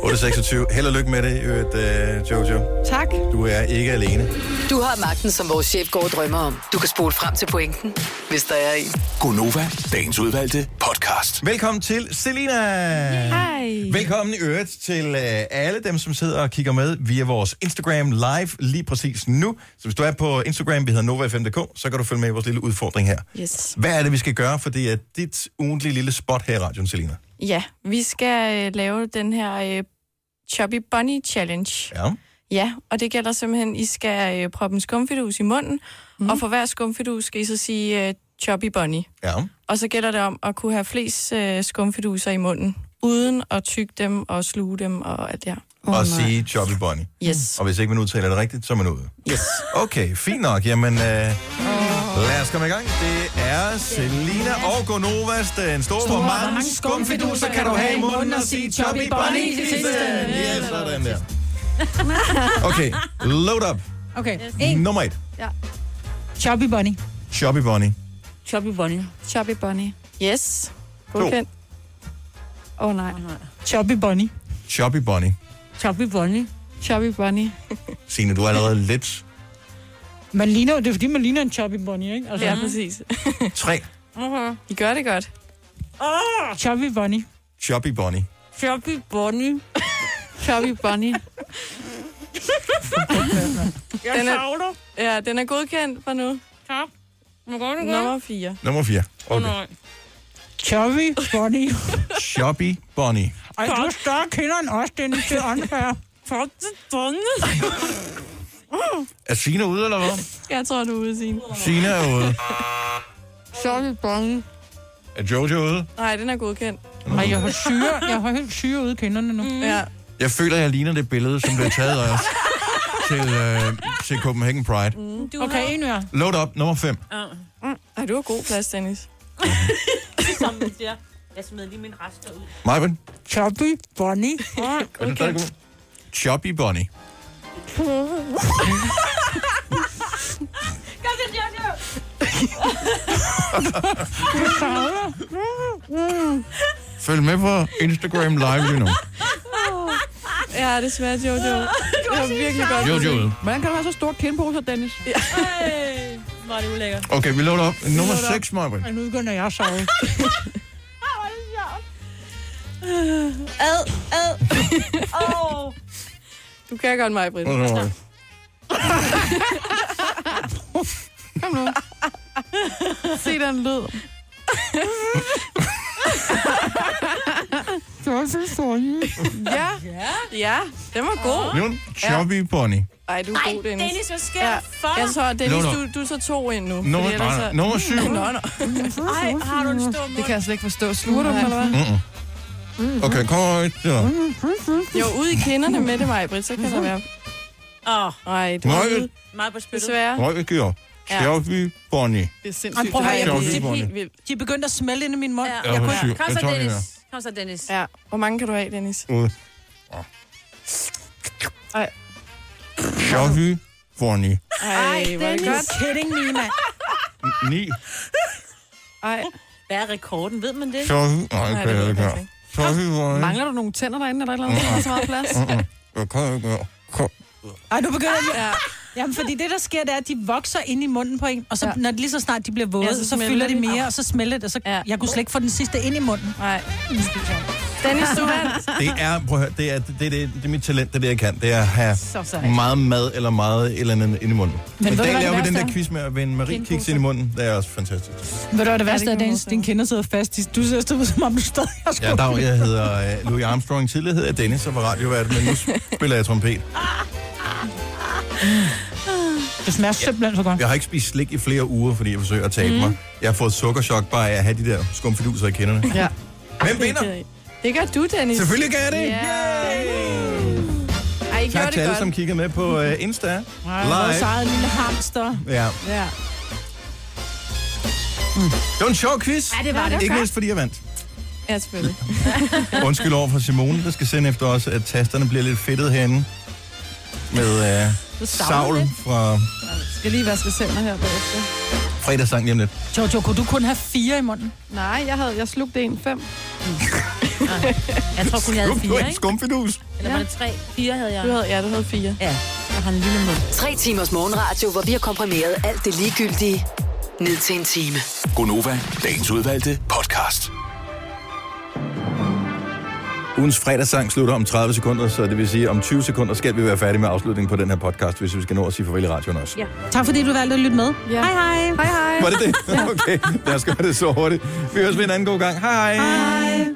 [SPEAKER 1] 8.26. Held og lykke med det, i øvrigt, øh, Jojo.
[SPEAKER 2] Tak.
[SPEAKER 1] Du er ikke alene.
[SPEAKER 5] Du har magten, som vores chef går og drømmer om. Du kan spole frem til pointen, hvis der er en.
[SPEAKER 6] Gonova, dagens udvalgte podcast.
[SPEAKER 1] Velkommen til Selina.
[SPEAKER 2] Hej.
[SPEAKER 1] Velkommen i øvrigt til øh, alle dem, som sidder og kigger med via vores Instagram live lige præcis nu. Så hvis du er på Instagram, vi hedder Nova5.dk, så kan du følge med i vores lille udfordring her.
[SPEAKER 12] Yes.
[SPEAKER 1] Hvad er det, vi skal gøre, for det er dit ugentlige lille spot her i radioen, Selina?
[SPEAKER 12] Ja, vi skal øh, lave den her øh, Chubby Bunny Challenge.
[SPEAKER 1] Ja.
[SPEAKER 12] Ja, og det gælder simpelthen, I skal øh, proppe en skumfidus i munden, mm. og for hver skumfidus skal I så sige øh, Chubby Bunny.
[SPEAKER 1] Ja.
[SPEAKER 12] Og så gælder det om at kunne have flest øh, skumfiduser i munden, uden at tygge dem og sluge dem og alt det her.
[SPEAKER 1] Oh, og sige Choppy Bunny.
[SPEAKER 12] Yes.
[SPEAKER 1] Og hvis ikke man udtaler det rigtigt, så er man ude.
[SPEAKER 12] Yes.
[SPEAKER 1] Okay, fint nok. Jamen, øh, lad os komme i gang. Det er Selina og Gonovas, den store. Hvor mange skumfiduser kan du have i munden og sige Choppy Bunny i sidste? Ja, sådan der. Okay, load up.
[SPEAKER 3] Okay.
[SPEAKER 1] En. Nummer et.
[SPEAKER 3] Chubby Bunny.
[SPEAKER 1] Choppy Bunny.
[SPEAKER 4] Chubby Bunny.
[SPEAKER 2] Chubby Bunny.
[SPEAKER 12] Yes.
[SPEAKER 2] Godkendt. Åh oh, nej.
[SPEAKER 3] Chubby Bunny.
[SPEAKER 1] Choppy Bunny.
[SPEAKER 4] Chubby Bunny.
[SPEAKER 2] Chubby Bunny.
[SPEAKER 1] Signe, du er allerede lidt.
[SPEAKER 3] Man ligner, det er fordi, man ligner en Chubby Bunny, ikke? Altså,
[SPEAKER 12] Ja, præcis.
[SPEAKER 1] Tre.
[SPEAKER 4] Uh-huh.
[SPEAKER 12] I gør det godt.
[SPEAKER 3] Chubby Bunny.
[SPEAKER 1] Choppy Bunny.
[SPEAKER 4] Chubby Bunny.
[SPEAKER 2] Chubby Bunny.
[SPEAKER 4] Jeg
[SPEAKER 12] Den er-
[SPEAKER 4] savner.
[SPEAKER 12] Ja, den er godkendt for nu.
[SPEAKER 4] Tak. Må godt,
[SPEAKER 12] Nummer 4.
[SPEAKER 1] Nummer fire. Okay.
[SPEAKER 3] Chubby Bunny.
[SPEAKER 1] Choppy Bunny.
[SPEAKER 3] Ej, du har større kinder end os, Dennis. Det er unfair.
[SPEAKER 4] Chubby Bunny.
[SPEAKER 1] Er Signe ude, eller hvad?
[SPEAKER 12] Jeg tror, du er ude, Signe.
[SPEAKER 1] Signe er ude.
[SPEAKER 2] Chubby Bunny.
[SPEAKER 1] Er Jojo ude?
[SPEAKER 12] Nej, den er godkendt.
[SPEAKER 3] Og jeg har syre, jeg har helt syre ude i kinderne nu.
[SPEAKER 12] Mm,
[SPEAKER 3] Ja.
[SPEAKER 1] Jeg føler, jeg ligner det billede, som blev taget af os til, øh, til Copenhagen Pride.
[SPEAKER 12] Du
[SPEAKER 3] okay, har... en øre.
[SPEAKER 1] Load up, nummer 5.
[SPEAKER 12] Mm. Ej, du har god plads, Dennis.
[SPEAKER 4] Som man siger, jeg smed lige min rester ud.
[SPEAKER 1] Marvin,
[SPEAKER 3] Choppy, Bonnie.
[SPEAKER 1] er du stadig god? Choppy Bunny.
[SPEAKER 4] Kom så, Jojo!
[SPEAKER 1] Følg med på Instagram live lige nu.
[SPEAKER 12] Ja, desværre, Jojo. Det var virkelig godt.
[SPEAKER 1] Jojo.
[SPEAKER 9] Hvordan kan du have så store kindposer, Dennis?
[SPEAKER 4] Ej, hvor er det ulækkert.
[SPEAKER 1] Okay, vi load op. Nummer
[SPEAKER 3] Load up.
[SPEAKER 1] 6, Marvin.
[SPEAKER 3] Og nu begynder jeg at sove.
[SPEAKER 4] Ad, ad. Åh.
[SPEAKER 12] Du kan godt mig, Britt.
[SPEAKER 9] Kom nu. Se den lyd.
[SPEAKER 3] Det var så sorry.
[SPEAKER 12] Ja. Ja, den var god.
[SPEAKER 1] Nu, Choppy Bunny.
[SPEAKER 12] Ej, du er god, Dennis.
[SPEAKER 4] Dennis, hvor sker
[SPEAKER 12] Ja.
[SPEAKER 4] ja. for dig?
[SPEAKER 12] Jeg tror, Dennis,
[SPEAKER 1] Nå, nå.
[SPEAKER 12] du, du er så to ind nu.
[SPEAKER 1] Nummer,
[SPEAKER 12] fordi ellers
[SPEAKER 1] nej, nej,
[SPEAKER 12] så-
[SPEAKER 1] nummer 7.
[SPEAKER 12] Nå, nå.
[SPEAKER 4] Ej, har du en stor mund?
[SPEAKER 9] Det kan jeg slet ikke forstå. Sluger du dem, eller hvad?
[SPEAKER 1] Okay, kom højt. Ja.
[SPEAKER 12] Jo, ud i kinderne med det, mig, Britt, så kan der være.
[SPEAKER 4] Åh,
[SPEAKER 12] Nej, du
[SPEAKER 1] Meget-
[SPEAKER 12] er
[SPEAKER 4] meget på spyttet.
[SPEAKER 12] desværre.
[SPEAKER 1] Højt, Gjør.
[SPEAKER 12] Ja.
[SPEAKER 1] Choppy Bunny.
[SPEAKER 9] Det er
[SPEAKER 3] Ej,
[SPEAKER 9] sindssygt.
[SPEAKER 3] prøv at høre,
[SPEAKER 9] det
[SPEAKER 3] jeg
[SPEAKER 9] her.
[SPEAKER 1] Choppy
[SPEAKER 3] blev helt
[SPEAKER 1] Bunny.
[SPEAKER 12] Vildt.
[SPEAKER 3] De er begyndt at smelte ind i min mund.
[SPEAKER 4] Ja.
[SPEAKER 1] Jeg var syg.
[SPEAKER 4] Kom
[SPEAKER 1] Jeg
[SPEAKER 4] så,
[SPEAKER 1] tror, det
[SPEAKER 4] Dennis.
[SPEAKER 1] er.
[SPEAKER 4] Kom så, Dennis.
[SPEAKER 12] Ja. Hvor mange kan du have, Dennis?
[SPEAKER 1] Ude.
[SPEAKER 12] Ej.
[SPEAKER 1] Choppy Bunny.
[SPEAKER 12] Ej, hvor er det
[SPEAKER 3] You're
[SPEAKER 12] godt.
[SPEAKER 3] kidding me, mand.
[SPEAKER 1] 9.
[SPEAKER 12] Ej,
[SPEAKER 4] Hvad er rekorden? Ved man det?
[SPEAKER 1] Choppy... Nej, det
[SPEAKER 12] nej,
[SPEAKER 1] kan
[SPEAKER 12] det
[SPEAKER 1] jeg
[SPEAKER 12] ved
[SPEAKER 1] ikke
[SPEAKER 12] jeg
[SPEAKER 1] gøre.
[SPEAKER 12] ikke.
[SPEAKER 1] Choppy Bunny.
[SPEAKER 9] Mangler du nogle tænder derinde, eller et eller andet, der er så meget plads?
[SPEAKER 1] Mm-mm. Jeg kan ikke gøre. Kom.
[SPEAKER 3] Ej, nu begynder de...
[SPEAKER 12] Ja.
[SPEAKER 3] Jamen, fordi det, der sker, det er, at de vokser ind i munden på en, og så, ja. når lige så snart de bliver våde,
[SPEAKER 12] Ja,
[SPEAKER 3] ja,
[SPEAKER 12] så
[SPEAKER 3] så, så
[SPEAKER 12] smelter
[SPEAKER 3] fylder de
[SPEAKER 12] de.
[SPEAKER 3] mere, og så smelter det, og så...
[SPEAKER 12] Ja.
[SPEAKER 3] Ja. Jeg kunne slet ikke få den sidste ind i munden.
[SPEAKER 12] Nej. Dennis, du vandt.
[SPEAKER 1] Det er, prøv at høre, det er, det, det, det, det er mit talent, det er det, jeg kan. Det er at have
[SPEAKER 3] Så sejt.
[SPEAKER 1] meget mad eller meget et eller andet ind i munden. Men I
[SPEAKER 3] ved du,
[SPEAKER 1] dag
[SPEAKER 3] hvad
[SPEAKER 1] laver
[SPEAKER 3] det
[SPEAKER 1] vi den
[SPEAKER 3] værste
[SPEAKER 1] der
[SPEAKER 3] er?
[SPEAKER 1] quiz med at vende Marie Kiks ind i munden. Det er også fantastisk.
[SPEAKER 3] Ved du, hvad det værste er,
[SPEAKER 12] kan man
[SPEAKER 3] Dennis?
[SPEAKER 12] godt
[SPEAKER 3] Din kinder sidder fast. i- Du ser stadig ud, som om du stadig har sko.
[SPEAKER 1] Ja, dag, jeg hedder uh, Louis Armstrong. Tidligere hedder jeg Dennis og var radiovært, men nu spiller jeg trompet.
[SPEAKER 3] Det smager simpelthen så godt.
[SPEAKER 1] Jeg har ikke spist slik i flere uger, fordi jeg forsøger at tabe mm. mig. Jeg har fået sukkerchok bare af at have de der skumfiduser i kinderne.
[SPEAKER 9] Ja.
[SPEAKER 1] Hvem vinder?
[SPEAKER 12] Det gør du, Dennis.
[SPEAKER 1] Selvfølgelig gør jeg det!
[SPEAKER 12] Ej, I
[SPEAKER 1] Tak
[SPEAKER 12] gjorde
[SPEAKER 1] til
[SPEAKER 12] det
[SPEAKER 1] alle,
[SPEAKER 12] godt.
[SPEAKER 1] som kiggede med på uh, Insta.
[SPEAKER 3] Vores
[SPEAKER 1] Live.
[SPEAKER 3] eget lille hamster.
[SPEAKER 1] Ja. Mm.
[SPEAKER 3] Ja.
[SPEAKER 1] Det var en sjov quiz.
[SPEAKER 4] Ja, det var det.
[SPEAKER 1] Ikke mindst, fordi jeg vandt.
[SPEAKER 12] Ja, selvfølgelig.
[SPEAKER 1] Undskyld over for Simone, der skal sende efter os, at tasterne bliver lidt fedtet herinde. Med øh, savl fra
[SPEAKER 9] Skal lige vaske sender her bagefter.
[SPEAKER 1] fredagssang lige om lidt.
[SPEAKER 3] Jojo, kunne du kun have fire i munden?
[SPEAKER 9] Nej, jeg, havde, jeg slugte en fem.
[SPEAKER 4] Jeg tror kun, jeg havde
[SPEAKER 1] Du er
[SPEAKER 4] fire,
[SPEAKER 1] en
[SPEAKER 4] ikke?
[SPEAKER 1] skumfidus.
[SPEAKER 4] Eller var det tre? Fire havde jeg.
[SPEAKER 12] Du havde, ja, du havde fire.
[SPEAKER 4] Ja, jeg har en lille mund.
[SPEAKER 5] Tre timers morgenradio, hvor vi har komprimeret alt det ligegyldige ned til en time.
[SPEAKER 6] Gonova, dagens udvalgte podcast.
[SPEAKER 1] Ugens fredagssang slutter om 30 sekunder, så det vil sige, om 20 sekunder skal vi være færdige med afslutningen på den her podcast, hvis vi skal nå at sige farvel i radioen også.
[SPEAKER 4] Ja.
[SPEAKER 3] Tak fordi du valgte at lytte med.
[SPEAKER 9] Ja. Hej, hej. Hej, hej.
[SPEAKER 1] Var det det? Okay, lad os gøre det så hurtigt. Vi høres ved en anden god gang. Hej! Hej!